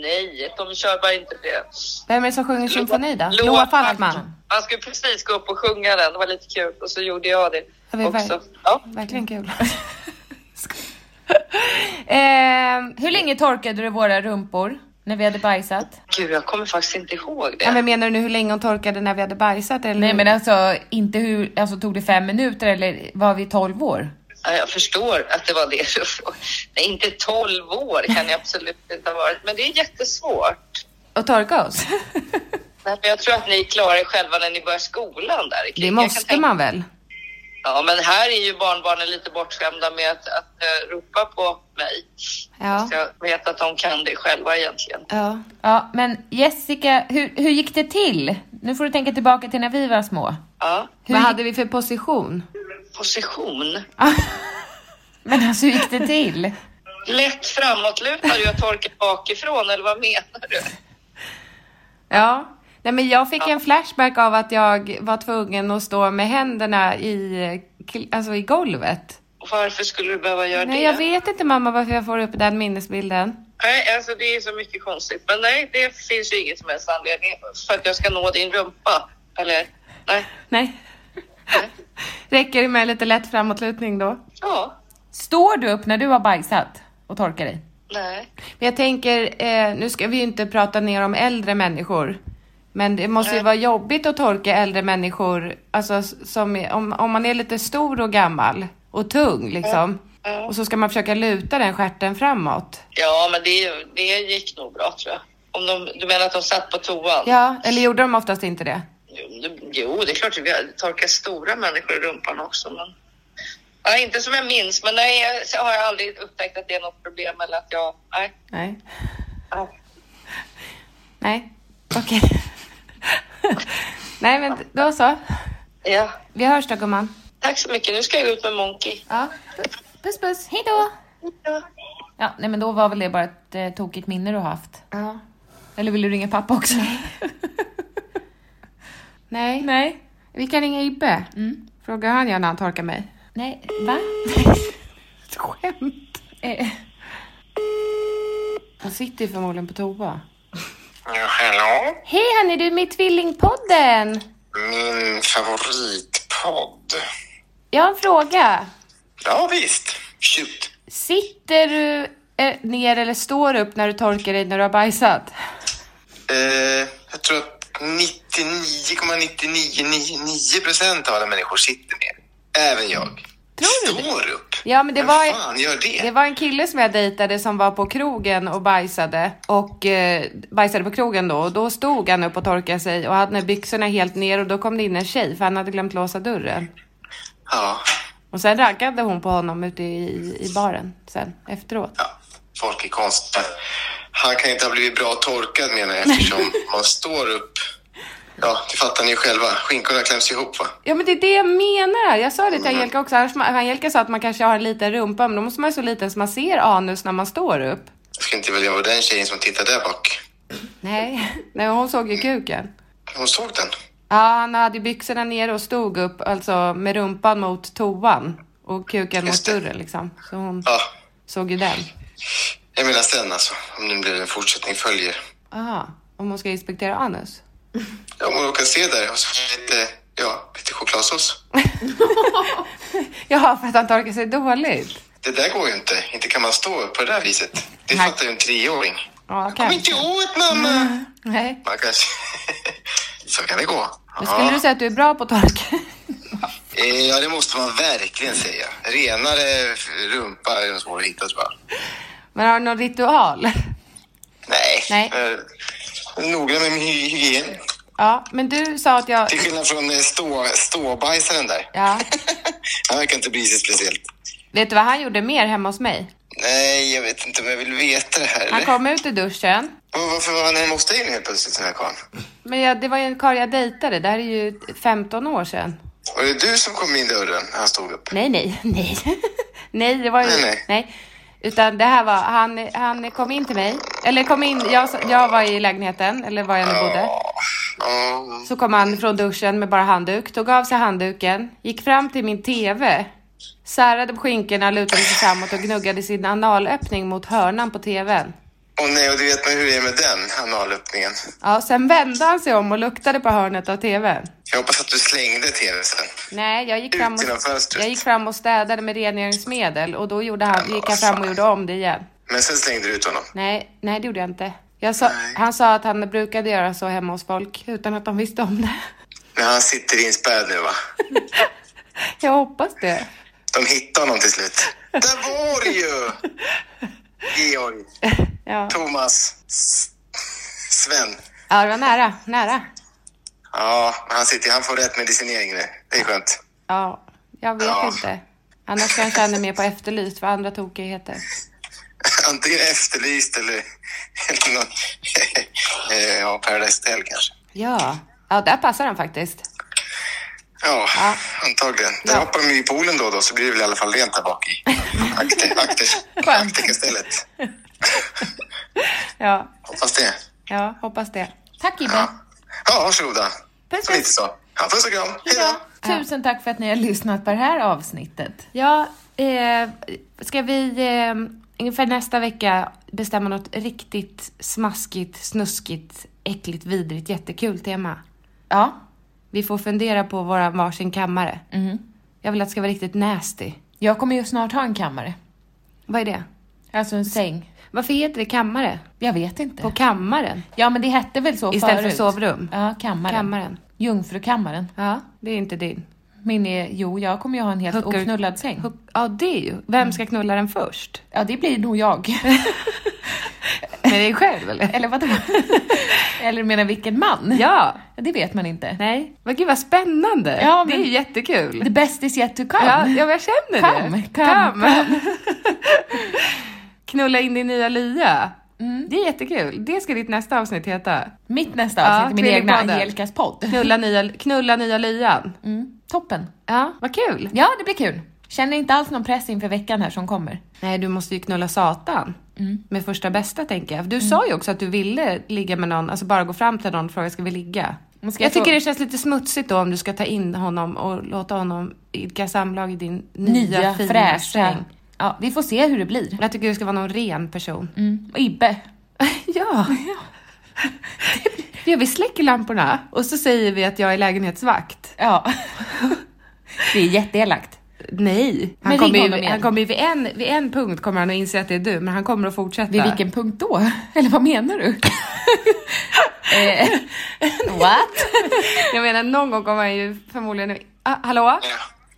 Nej, Tommy Körberg är inte det. Vem är det som sjunger symfoni då? Loa Falkman. Han skulle precis gå upp och sjunga den. Det var lite kul. Och så gjorde jag det Ja, vi var- också. Ja. Verkligen kul. Ehm, hur länge torkade du våra rumpor när vi hade bajsat? Gud, jag kommer faktiskt inte ihåg det. Ja, men menar du nu hur länge hon torkade när vi hade bajsat? Eller? Nej men alltså, inte hur, alltså tog det fem minuter eller var vi 12 år? Ja, Jag förstår att det var det du frågade. Nej, inte 12 år kan jag absolut inte ha varit. Men det är jättesvårt. Och torka oss? Nej, men jag tror att ni klarar er själva när ni börjar skolan där. i kring. Det Jag kan måste tänka- man väl? Ja, men här är ju barnbarnen lite bortskämda med att, att eh, ropa på mig. Ja. Så jag vet att de kan det själva egentligen. Ja. Ja, men Jessica, hur, hur gick det till? Nu får du tänka tillbaka till när vi var små. Ja. Vad hade vi för position? Position. Men alltså hur gick det till? Lätt framåtlutad och jag torkar bakifrån, eller vad menar du? Ja. Nej, men jag fick en flashback av att jag var tvungen att stå med händerna i, eh, kl- alltså i golvet. Och varför skulle du behöva göra Nej, det? jag vet inte mamma varför jag får upp den minnesbilden. Nej, alltså det är så mycket konstigt. Men nej, det finns ju ingen som helst anledning för att jag ska nå din rumpa. Eller? Nej. Nej. Räcker det med lite lätt framåtlutning då? Ja. Står du upp när du har bajsat och torkar dig? Nej. Men jag tänker, eh, nu ska vi ju inte prata ner om äldre människor. Men det måste ju vara jobbigt att torka äldre människor, alltså s- som, är- om, om man är lite stor och gammal och tung liksom. Och så ska man försöka luta den stjärten framåt. Ja, men det, det gick nog bra tror jag. Om de, du menar att de satt på toan? Ja, eller gjorde de oftast inte det? Jo, det, jo, det är klart att vi torkar stora människor i rumpan också. Men... Ja, inte som jag minns, men nej, jag- så har jag aldrig upptäckt att det är något problem eller att jag... Nej. Nej. Nej. Nej, okej. Nej, men då så. Ja. Vi hörs då gumman. Tack så mycket. Nu ska jag ut med Monkey. Ja. Puss puss, hejdå! Ja, nej men då var väl det bara ett eh, tokigt minne du har haft. Ja. Eller vill du ringa pappa också? Nej. Mm. Nej. Vi kan ringa Ibbe. Fråga han gör när han torkar mig. Nej, va? Skämt! Eh, Han sitter ju förmodligen på toa. Ja, hallå? Hej hörni, du är med i Tvillingpodden! Min favoritpodd. Jag har en fråga. Ja, visst. Shoot. Sitter du eh, ner eller står upp när du torkar dig när du har bajsat? Eh, jag tror att 99,9999 procent av alla människor sitter ner. Även jag. Tror du det? Står upp. Ja, men det Vem var- fan gör det? Det var en kille som jag dejtade som var på krogen och bajsade och eh, bajsade på krogen då och då stod han upp och torkade sig och hade byxorna helt ner och då kom det in en tjej för han hade glömt låsa dörren. Ja, Och sen raggade hon på honom ute i, i baren sen efteråt. ja, folk är konstiga. Han kan inte ha blivit bra torkad menar jag eftersom man står upp. Ja, det fattar ni ju själva. Skinkorna kläms ihop va? Ja men det är det jag menar. Jag sa Mm. det till Angelica också. Annars- Angelica sa att man kanske har en liten rumpa men då måste man vara så liten så man ser anus när man står upp. Jag skulle inte vilja vara den tjejen som tittar där bak. Nej, Nej hon såg ju kuken. Hon såg den. Ja, han hade byxorna ner och stod upp, alltså med rumpan mot toan och kuken mot Just det. dörren liksom. Så hon Ja, såg ju den. jag menar sen alltså. Om det blir en fortsättning följer. Aha, om hon ska inspektera anus. Ja, om hon råkar se där och så lite, ja, lite chokladsås. Jaha, för att han torkar sig dåligt. Det där går ju inte. Inte kan man stå upp på det där viset. Det Nej. fattar ju en treåring. Ja, Kom kanske. Mm. inte åt mamma! Nej. Man kanske... Så kan det gå. Men skulle du säga att du är bra på att torka? Eh, Ja, det måste man verkligen säga. Renare rumpa är nog svår att hitta tror jag. Men har du någon ritual? Nej. Nej. Eh, Noga med min hy- hygien. Ja, men du sa att jag... Till skillnad från eh, stå, ståbajsaren där. Ja. Han verkar inte bry sig speciellt. Vet du vad han gjorde mer hemma hos mig? Nej, jag vet inte om jag vill veta det här. Han Eller? kom ut ur duschen. Var- Varför var han hemma hos dig nu helt plötsligt, den här karln? Men jag, det var ju en karl jag dejtade. Det här är ju 15 år sedan. Var det du som kom in dörren när han stod upp? Nej, nej, nej. nej, det var ju... Nej, Nej, nej. Utan det här var, han, han kom in till mig, eller kom in, jag, jag var i lägenheten, eller var jag nu bodde. Ja, Så kom han från duschen med bara handduk, tog av sig handduken, gick fram till min TV, särade på skinkorna, lutade sig framåt och gnuggade sin analöppning mot hörnan på TVn. och nej, och du vet hur det är med den analöppningen. Ja, sen vände han sig om och luktade på hörnet av TVn. Jag hoppas att du slängde tvn sen. Nej, jag gick Ut fram och, genom fönstret. jag gick fram och städade med rengöringsmedel och då gjorde han, gick han fram och gjorde om det igen. Men sen slängde du ut honom. Nej, nej det gjorde jag inte. Jag sa, han sa att han brukade göra så hemma hos folk utan att de visste om det. Men han sitter inspärrad nu va? Jag hoppas det. De hittar honom till slut. Där var det ju! Georg, Ja, Thomas, S- Sven. ja det var nära, nära. Ja, men han sitter, han får rätt medicinering nu. Det är skönt. Ja, jag vet Ja. inte. Annars kanske han är med på Efterlyst, vad andra tokigheter. Antingen efterlyst eller, eller någon, eh, ja, Paradise Hotel kanske. Ja, ja där passar han faktiskt. Ja, antagligen. Där hoppar de ju i poolen då och då så blir det väl i alla fall rent där bak i Akte- Akte- Aktekastället. Ja, Hoppas det. ja, hoppas det. Tack Ibbe. Ja, varsågoda. Puss, Så lite så. Ja, puss och kram. Hej då. Tusen tack för att ni har lyssnat på det här avsnittet. Ja, eh, ska vi eh, ungefär nästa vecka bestämma något riktigt smaskigt, snuskigt, äckligt, vidrigt, jättekul tema? Ja, Vi får fundera på våra varsin kammare. Mhm. Jag vill att det ska vara riktigt nasty. jag kommer ju snart ha en kammare. Vad är det? Alltså en säng. Varför heter det kammare? Jag vet inte. På kammaren? Ja, men det hette väl så Istället för förut. sovrum? Ja, kammaren. Kammaren. Jungfrukammaren. Ja, det är inte din. Min är, jo, jag kommer ju ha en helt Hookar- oknullad säng. Huck- Ja, det är ju. Vem ska knulla den först? Ja, det blir nog jag. Med dig själv eller? Eller vadå? Eller du menar vilken man? Ja! Det vet man inte. Nej. Vad gud vad spännande! Ja, Det är men- ju jättekul. The best is yet to come. Ja, ja, men jag känner det. Come, come, Knulla in din nya lya. Det är jättekul. Det ska ditt nästa avsnitt heta. Mitt nästa Ja, avsnitt är min egna Tvillingpodden. Angelicas podd. Knulla nya, knulla nya lyan. Mm, toppen. Ja, vad kul. Ja, det blir kul. Känner inte alls någon press inför veckan här som kommer. Nej, du måste ju knulla satan. Med första bästa tänker jag. För Du sa ju också att du ville ligga med någon, alltså bara gå fram till någon och fråga ska vi ligga? Man ska Jag få- tycker det känns lite smutsigt då om du ska ta in honom och låta honom idka samlag i din nya, nya fina fräscha. säng. Ja, vi får se hur det blir. Jag tycker det ska vara någon ren person. Och Ibbe. Ja. ja, vi släcker lamporna och så säger vi att jag är lägenhetsvakt. Ja. det är jätteelakt. Nej, Men han ring kommer, ju, honom igen. han kommer ju vid, en, vid en punkt kommer han att inse att det är du, men han kommer att fortsätta. Vid vilken punkt då? Eller vad menar du? Eh, What? Jag menar, någon gång kommer han ju förmodligen... Ah, hallå? Ja.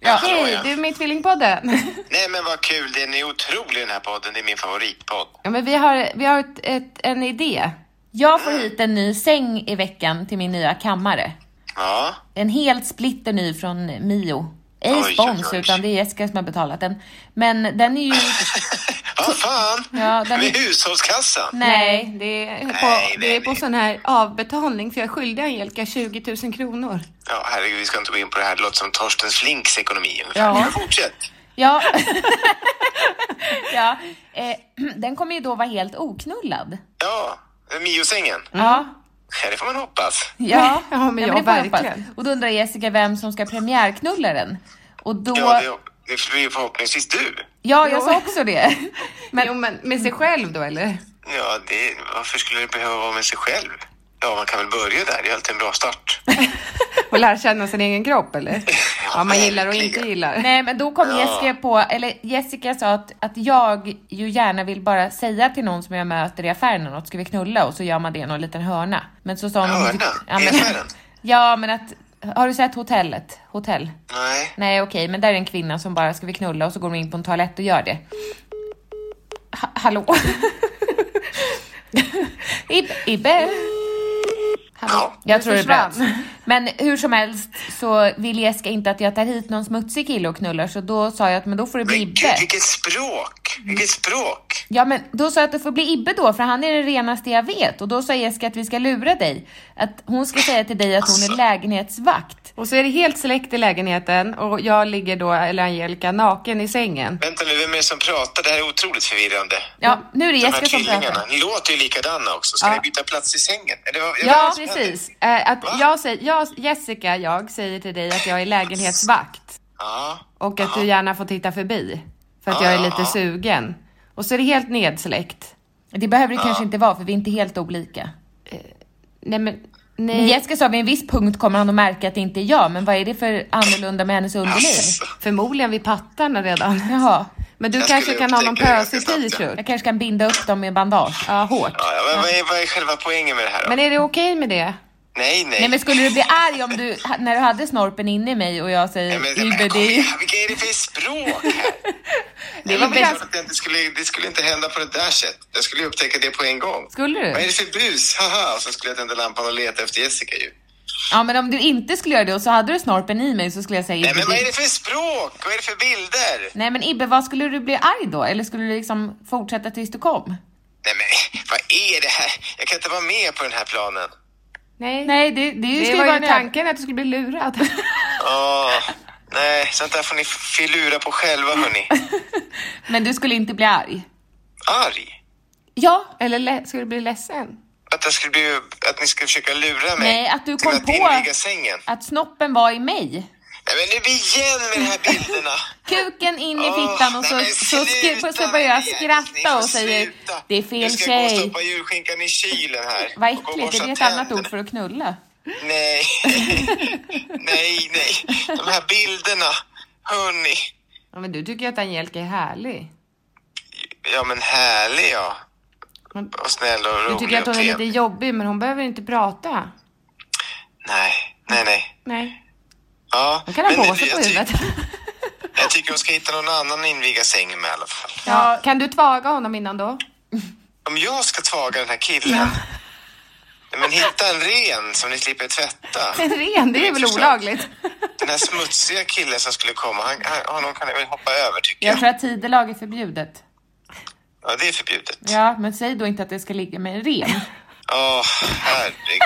Ja, hallå, Hej, ja. du är med i Tvillingpodden. Nej men vad kul, den är otrolig den här podden. Det är min favoritpodd. ja, men vi har, vi har ett, ett, en idé. Jag får hit en ny säng i veckan till min nya kammare. Ja, En helt splitter ny från Mio. Ej Oj, spons, oj, oj. utan det är Jessica som har betalat den. Men den är ju... vad fan. Ja, den Med är... hushållskassan. Nej, det är på, Nej, det är nej, på nej. sån här avbetalning för jag är skyldig Angelica 20 000 kronor. Ja, herregud, vi ska inte gå in på det här. Det låter som Torsten Flinks ekonomi ungefär. Ja. Men fortsätt. Ja. ja. Eh, den kommer ju då vara helt oknullad. Ja, Mio-sängen. Ja. Ja, det får man hoppas. Ja, Ja, men ja, det får jag hoppas. verkligen. Och då undrar Jessica vem som ska premiärknulla den. Och då... Ja, det, det blir ju förhoppningsvis du. Ja, jag sa också det. Men, jo, men med Mm. sig själv då eller? Ja, det, varför skulle det behöva vara med sig själv? Ja, man kan väl börja där. Det är alltid en bra start. Och lära känna sin egen kropp eller? Ja, man gillar och inte verkligen. gillar. Nej, men då kom Jessica på, eller Jessica sa att, att jag ju gärna vill bara säga till någon som jag möter i affären något, ska vi knulla? Och så gör man det i någon liten hörna. Men så sa hon... Hörna? I affären? Ja, men att, har du sett hotellet? Hotell? Nej. Nej, okej, men där är en kvinna som bara, ska vi knulla? Och så går hon in på en toalett och gör det. Ha, hallå? Ib- Ibbe? Ja. Jag tror det försvann. bröts. Men hur som helst så vill Jessica inte att jag tar hit någon smutsig kille och knullar så då sa jag att men då får det bli Men Ibbe. gud, vilket språk! Vilket språk! Ja men då sa jag att det får bli Ibbe då för han är den renaste jag vet och då sa Jessica att vi ska lura dig. Att hon ska säga till dig att Alltså. hon är lägenhetsvakt. Och så är det helt släckt i lägenheten och jag ligger då, eller Angelica, naken i sängen. Vänta nu, vem är det som pratar? Det här är otroligt förvirrande. Ja, nu är det De här Jessica som tvillingarna pratar. låter ju likadana också. Ska ni byta plats i sängen? Eller, vad- eller Ja, vad som händer? precis. Eh, att Va? jag säger, jag, Jessica, jag säger till dig att jag är lägenhetsvakt Ja. och att du gärna får titta förbi för att jag är lite sugen. Och så är det helt nedsläckt. Det behöver det kanske inte vara för vi är inte helt olika. Eh, Nej men, Men nej. Jessica sa vid en viss punkt kommer han att märka att det inte är jag men vad är det för annorlunda med hennes underliv? Asså. Förmodligen vid pattarna redan. Jaha, Men du Jag kanske skulle kan ha någon upptäcka det ganska pösig snabbt, ja. t-shirt? jag kanske kan binda upp dem med bandage. Ja, hårt. Ja, ja, men vad, är, vad är själva poängen med det här då? Men är det okej med det? Nej, nej. Nej men skulle du bli arg om du, ha- när du hade snorpen inne i mig och jag säger Nej, men- men Ibbe kom det är igen, Vilka är det för språk här? Det var Jag väl trodde att Det, inte skulle, det skulle inte hända på det där sättet. Jag skulle ju upptäcka det på en gång. Skulle du? Vad är det för bus? Haha, och så skulle jag tända lampan och leta efter Jessica ju. Ja men om du inte skulle göra det och så hade du snorpen i mig så skulle jag säga Nej, Ibbe, men vad det- är det för språk? Vad är det för bilder? Nej men Ibbe, vad skulle du bli arg då? Eller skulle du liksom fortsätta tills du kom? Nej, men vad är det här? Jag kan inte vara med på den här planen. Nej. Nej, det, det, Det skulle var vara ju en tanken att du skulle bli lurad. Åh, nej, sånt där får ni f- filura på själva, hörni. Men du skulle inte bli arg? Arg? Ja. Eller le- skulle du bli ledsen? Att, jag skulle bli, att ni skulle försöka lura mig Nej, att du till kom att på- inviga sängen? Att snoppen var i mig? Nej, men nu igen med de här bilderna! Kuken in i Åh, fittan och så, nej, men så, skri- sluta så börjar jag med det. Ni skratta får och säger sluta. det är fel Du ska gå och tjej. stoppa julskinkan i kylen här. Vad Och gå och äckligt, är borsta det ett annat tänderna. ord för att knulla? Nej, nej, nej. De här bilderna, hörni. Ja, men du tycker ju att Angelica är härlig. Ja, men härlig ja. Men- Och snäll och Du rolig tycker att och hon är lite trevlig. jobbig, men hon behöver inte prata. Nej, nej, nej. Nej. Ja, Hon kan ha men på sig på jag, ty- huvudet. jag tycker hon ska hitta någon annan att inviga sängen med i alla fall. Ja. Kan du tvaga honom innan då? Om jag ska tvaga den här killen. Nej, men hitta en ren som ni slipper tvätta. En ren, det är väl Förstås. olagligt? Den här smutsiga killen som skulle komma, han, han, honom kan ni väl hoppa över tycker Jag jag. tror att tidelag är förbjudet. Ja, det är förbjudet. Ja, men säg då inte att det ska ligga med en ren. Åh, herregud.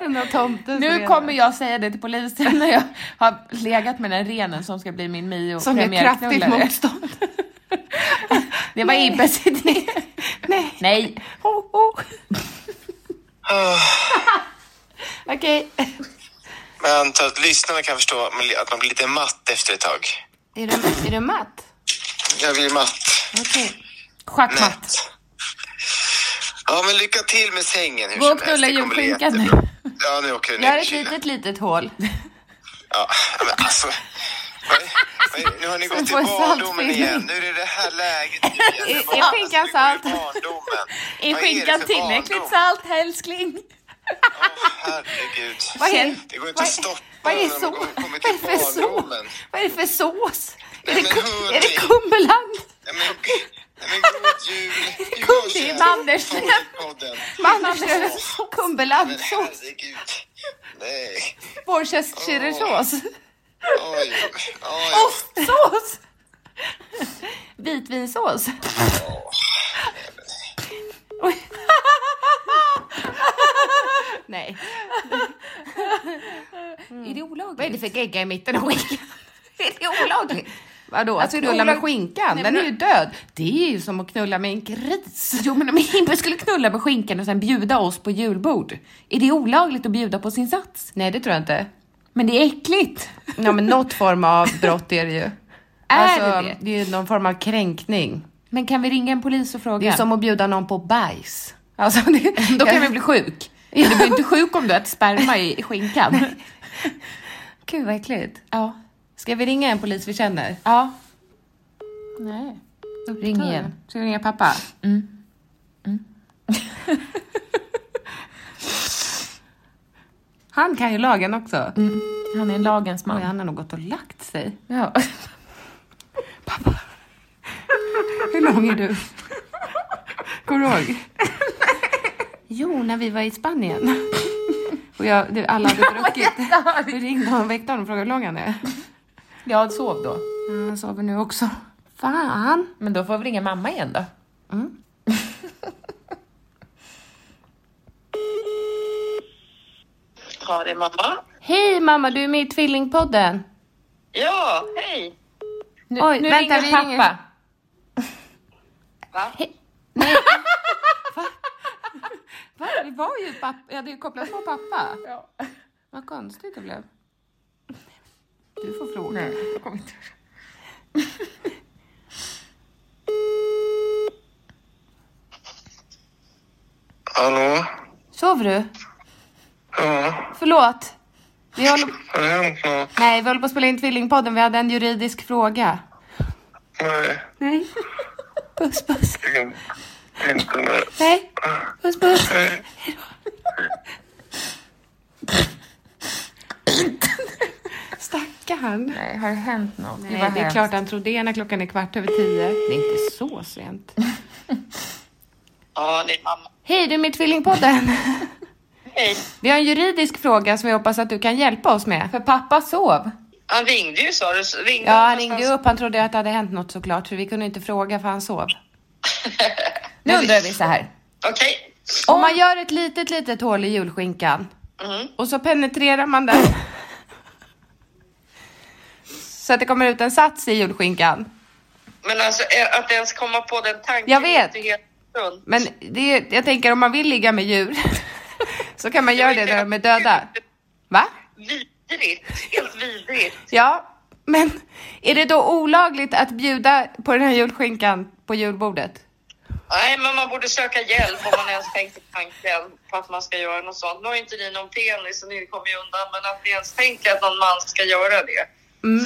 Den där tomten som Nu är- kommer jag säga det till polisen när jag har legat med den renen som ska bli min Mio Som är kraftigt premiärknullare. motstånd. Det var Ibbes idé. Nej. Oh, Nej. Ho, ho. Ah. Okej. Men jag antar att lyssnarna kan förstå att man blir lite matt efter ett tag. Är, du, är du matt? Jag blir matt. Okej. Schackmatt. Nätt. Ja, men lycka till med sängen hur Gå som och helst. knulla Det kommer bli julskinkan nu. jättebra. Ja, nu åker den Gör ner i ett kylen. litet, litet hål. Ja, men alltså. vad är- vad är- Nu har ni Som gått till får en barndomen saltfyllning. igen. Nu är det det här läget igen. I- i Vad- skinkan nu går vi salt. i barndomen. Är Vad det skinkan för tillräckligt barndom? salt, älskling? Åh, herregud. Vad är, Det går inte vad, att stoppa vad är när så, man vad går- kommer är det till för sås? barndomen. Vad är det för sås? Är det, Nej, men ku- är det hörni. Kumberland? Nej, men, nej, men god jul. Det kom till Manders. Favoritpodden. Mamma, Men Kumberlandsås? herregud. Nej. Worcestershiresås? Oj, oj. Ostsås? Vitvinsås? Oj. Nej. Är det olagligt? Mm. Vad är det för gegga i mitten av skinkan? Är det olagligt? Vadå? Alltså, Alltså, är det knulla med olag- skinkan? Nej, Den men- är ju död. Det är ju som att knulla med en gris. Jo men om Himpe skulle knulla med skinkan och sen bjuda oss på julbord, är det olagligt att bjuda på sin sats? Nej, det tror jag inte. Men det är äckligt! Ja, men något form av brott är det ju. Är alltså, det det? är ju någon form av kränkning. Men kan vi ringa en polis och fråga? Det är ju som att bjuda någon på bajs. Alltså, det, Då kan vi bli sjuk. Du blir inte sjuk om du äter sperma i skinkan. Gud, vad äckligt. Ja. Ska vi ringa en polis vi känner? Ja. Nej. Ring Tar igen. du? Ska vi ringa pappa? Mm. Han kan ju lagen också. Han är en lagens man. Oj, han har nog gått och lagt sig. Mm. Ja. Hur lång är du? Kommer du ihåg? Jo, när vi var i Spanien. Och jag, du, alla hade druckit. Vi ringde honom och väckte honom och frågade hur lång han är. Jag sov då. Ja, Han sover nu också. Fan! Men då får vi ringa mamma igen då. Ja, det är mamma. Hej mamma, du är med i Tvillingpodden. Ja, hej. Nu, Oj, nu vänta, ringer vi pappa. ringer. Va? Va? Vi var ju pappa. Jag hade ju kopplat på pappa. Ja. Vad konstigt det blev. Du får fråga. Jag kommer inte. Hallå? Sover du? Ja, Förlåt. Vi håller, har det hänt något? nej, vi håller på att spela in Tvillingpodden. Vi hade en juridisk fråga. Nej, Nej. Puss, puss. in- inte nu. Nej. Puss, puss. Nej. Stackarn. Nej, har det Mm. hänt något? Nej, det är klart han tror det när klockan är kvart över tio. Det är inte så sent. Ja, det är mamma. Hej, du är med i Tvillingpodden. Hej. Vi har en juridisk fråga som vi hoppas att du kan hjälpa oss med. För pappa sov. Han ringde ju sa du. Så Ringde Ja, han han ringde ju någonstans? upp. Han trodde att det hade hänt något såklart, för vi kunde inte fråga för han sov. Nu undrar vi så här. Okej. Om man gör ett litet, litet hål i julskinkan Mm. och så penetrerar man den så att det kommer ut en sats i julskinkan. Men alltså eh, att ens komma på den tanken. Jag vet. är inte helt sunt. Men det, jag tänker om man vill ligga med djur så kan man göra det när de är döda. Va? Vidrigt. Helt vidrigt. Ja, men är det då olagligt att bjuda på den här julskinkan på julbordet? Nej, men man borde söka hjälp om man ens tänkte tanken på att man ska göra något sånt. Nu har ju inte ni någon penis så ni kommer ju undan, men att ni ens tänker att någon man ska göra det. Mm.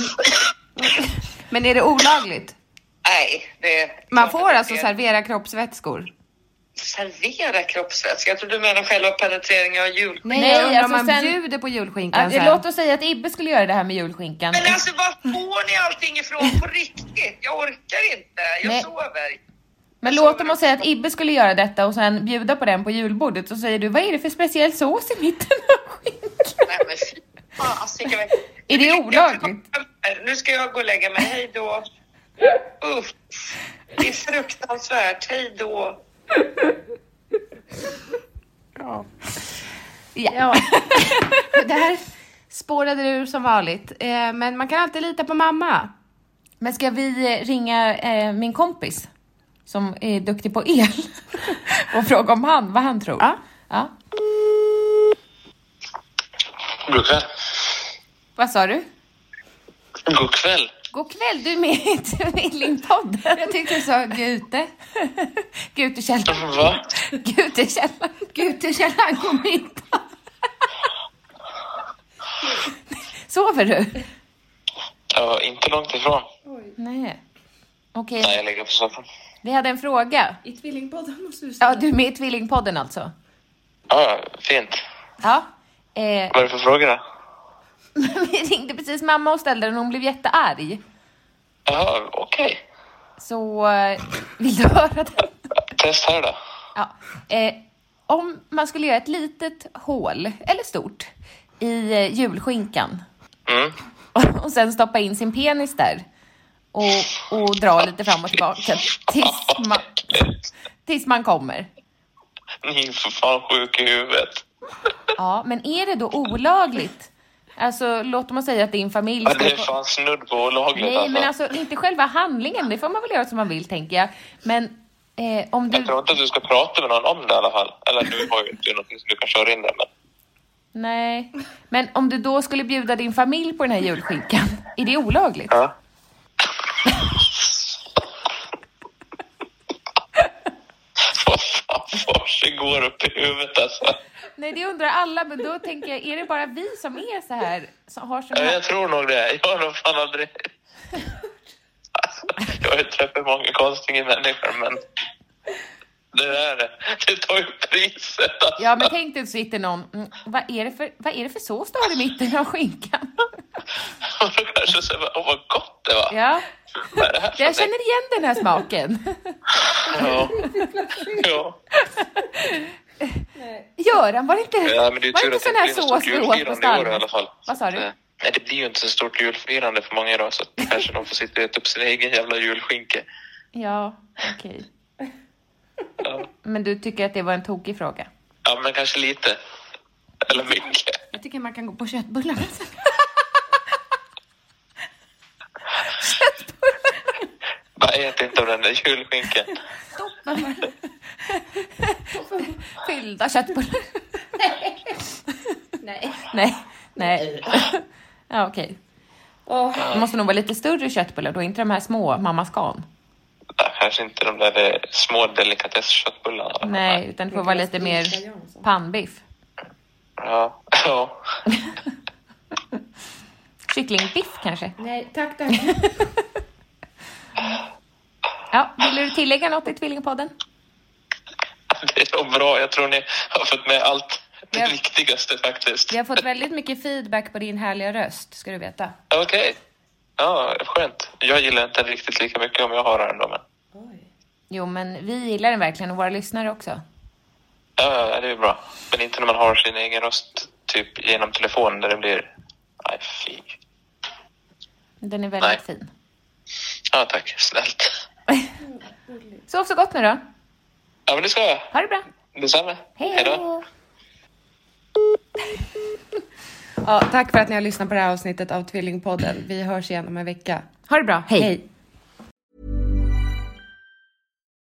Men är det olagligt? Nej, det... är Man klart får att alltså det är- servera kroppsvätskor? Servera kroppsvätska? Jag tror du menar själva penetreringen av jul. Nej, jag undrar om alltså man sen- bjuder på julskinkan Alltså, sen. låt oss säga att Ibbe skulle göra det här med julskinkan. Men alltså var får ni allting ifrån på riktigt? Jag orkar inte. Jag Nej. sover. Men låt dem att säga att Ibbe skulle göra detta och sen bjuda på den på julbordet så säger du vad är det för speciell sås i mitten av Nej skinkan? men fy alltså, fasiken. Är det olagligt? Nu ska jag gå och lägga mig. Hej då. Uff. Det är fruktansvärt. Hej då. Ja. det här spårade ur som vanligt. Eh, men man kan alltid lita på mamma. Men ska vi eh, ringa eh, min kompis som är duktig på el och fråga om han, vad han tror? Ja. Ja. God kväll. Vad sa du? God kväll. God kväll, du är med i Tvillingpodden. Jag tyckte du sa Gute. Gutekällaren. Va? Gutekällaren. Gutekällaren, kom hit. Sover du? Ja, inte långt ifrån. Nej. Okej, Nej, jag ligger på soffan. vi hade en fråga. I Tvillingpodden måste du säga. Ja, du är med i Tvillingpodden alltså? Ja, ja, fint. Ja. Eh, Vad är det för fråga då? vi ringde precis mamma och ställde den och hon blev jättearg. Jaha, okej. Så eh, vill du höra den? Test här då. Ja. Eh, om man skulle göra ett litet hål, eller stort, i eh, julskinkan Mm. och sen stoppa in sin penis där och, och dra lite fram och tillbaka Typ, tills man, tills man kommer. Ni är för fan sjuka i huvudet. Ja, men är det då olagligt? Alltså, låt man säga att din familj... Ja, Det skulle är få- fan snudd på olagligt Nej, alltså. men alltså inte själva handlingen, det får man väl göra som man vill, tänker jag. Men eh, om Jag du... tror inte att du ska prata med någon om det i alla fall. Eller du har ju inte någonting som du kan köra in där men. Nej. Men om du då skulle bjuda din familj på den här julskinkan, är det olagligt? Ja. Vad fan alltså- för sig går upp i huvudet alltså. Nej, det undrar alla, men då tänker jag, är det bara vi som är så här, som har såna Ja, här... jag tror nog det. Jag har nog fan aldrig... Alltså, jag har ju träffat många konstiga människor, men... Det där, det tar ju priset. Alltså. Ja, men tänk dig så sitter någon, mm, vad, är det för, vad är det för sås du har i mitten av skinkan? Och då kanske säger man, åh vad gott det var. Ja, Vad är det här för jag känner igen den här smaken. någonting? Ja. Göran, var det inte, ja. ja, men det är ju var tur inte att det sån inte här blir något stort sås vi åt på julfirande i år i stallet? alla fall. Vad sa du? Nej, det blir ju inte så stort julfirande för många idag, så att kanske de får sitta och äta upp sin egen jävla julskinka. Ja, okej. Ja. Men du tycker att det var en tokig fråga? ja, men kanske lite. Eller mycket. Jag tycker man kan gå på köttbullarna sen. Bara ät inte av den där julskinkan. Fyllda köttbullar? Nej. Nej. Nej. Ja, okej. Det måste nog vara lite större köttbullar då, inte de här små Mamma Scan. Ja, Kanske inte de där eh, små delikatessköttbullarna. Nej, utan det får vara lite mer pannbiff. Ja. ja. Kycklingbiff kanske? Nej, tack tack. Ja, vill du tillägga något i Tvillingpodden? Det är nog bra. Jag tror ni har fått med allt det Ja. viktigaste faktiskt. Vi har fått väldigt mycket feedback på din härliga röst, ska du veta. Okej. Ja, skönt. Jag gillar inte riktigt lika mycket om jag har den då, men... Jo, men vi gillar den verkligen och våra lyssnare också. Ja, ja, det är bra. Men inte när man har sin egen röst typ genom telefonen där det blir... Nej, fy. Den är väldigt Nej. fin. Ja, tack. Snällt. Sov så gott nu då. Ja, men det ska jag. Ha det bra. Detsamma. Hej då. ja, tack för att ni har lyssnat på det här avsnittet av Tvillingpodden. Vi hörs igen om en vecka. Ha det bra. Hej. Hej.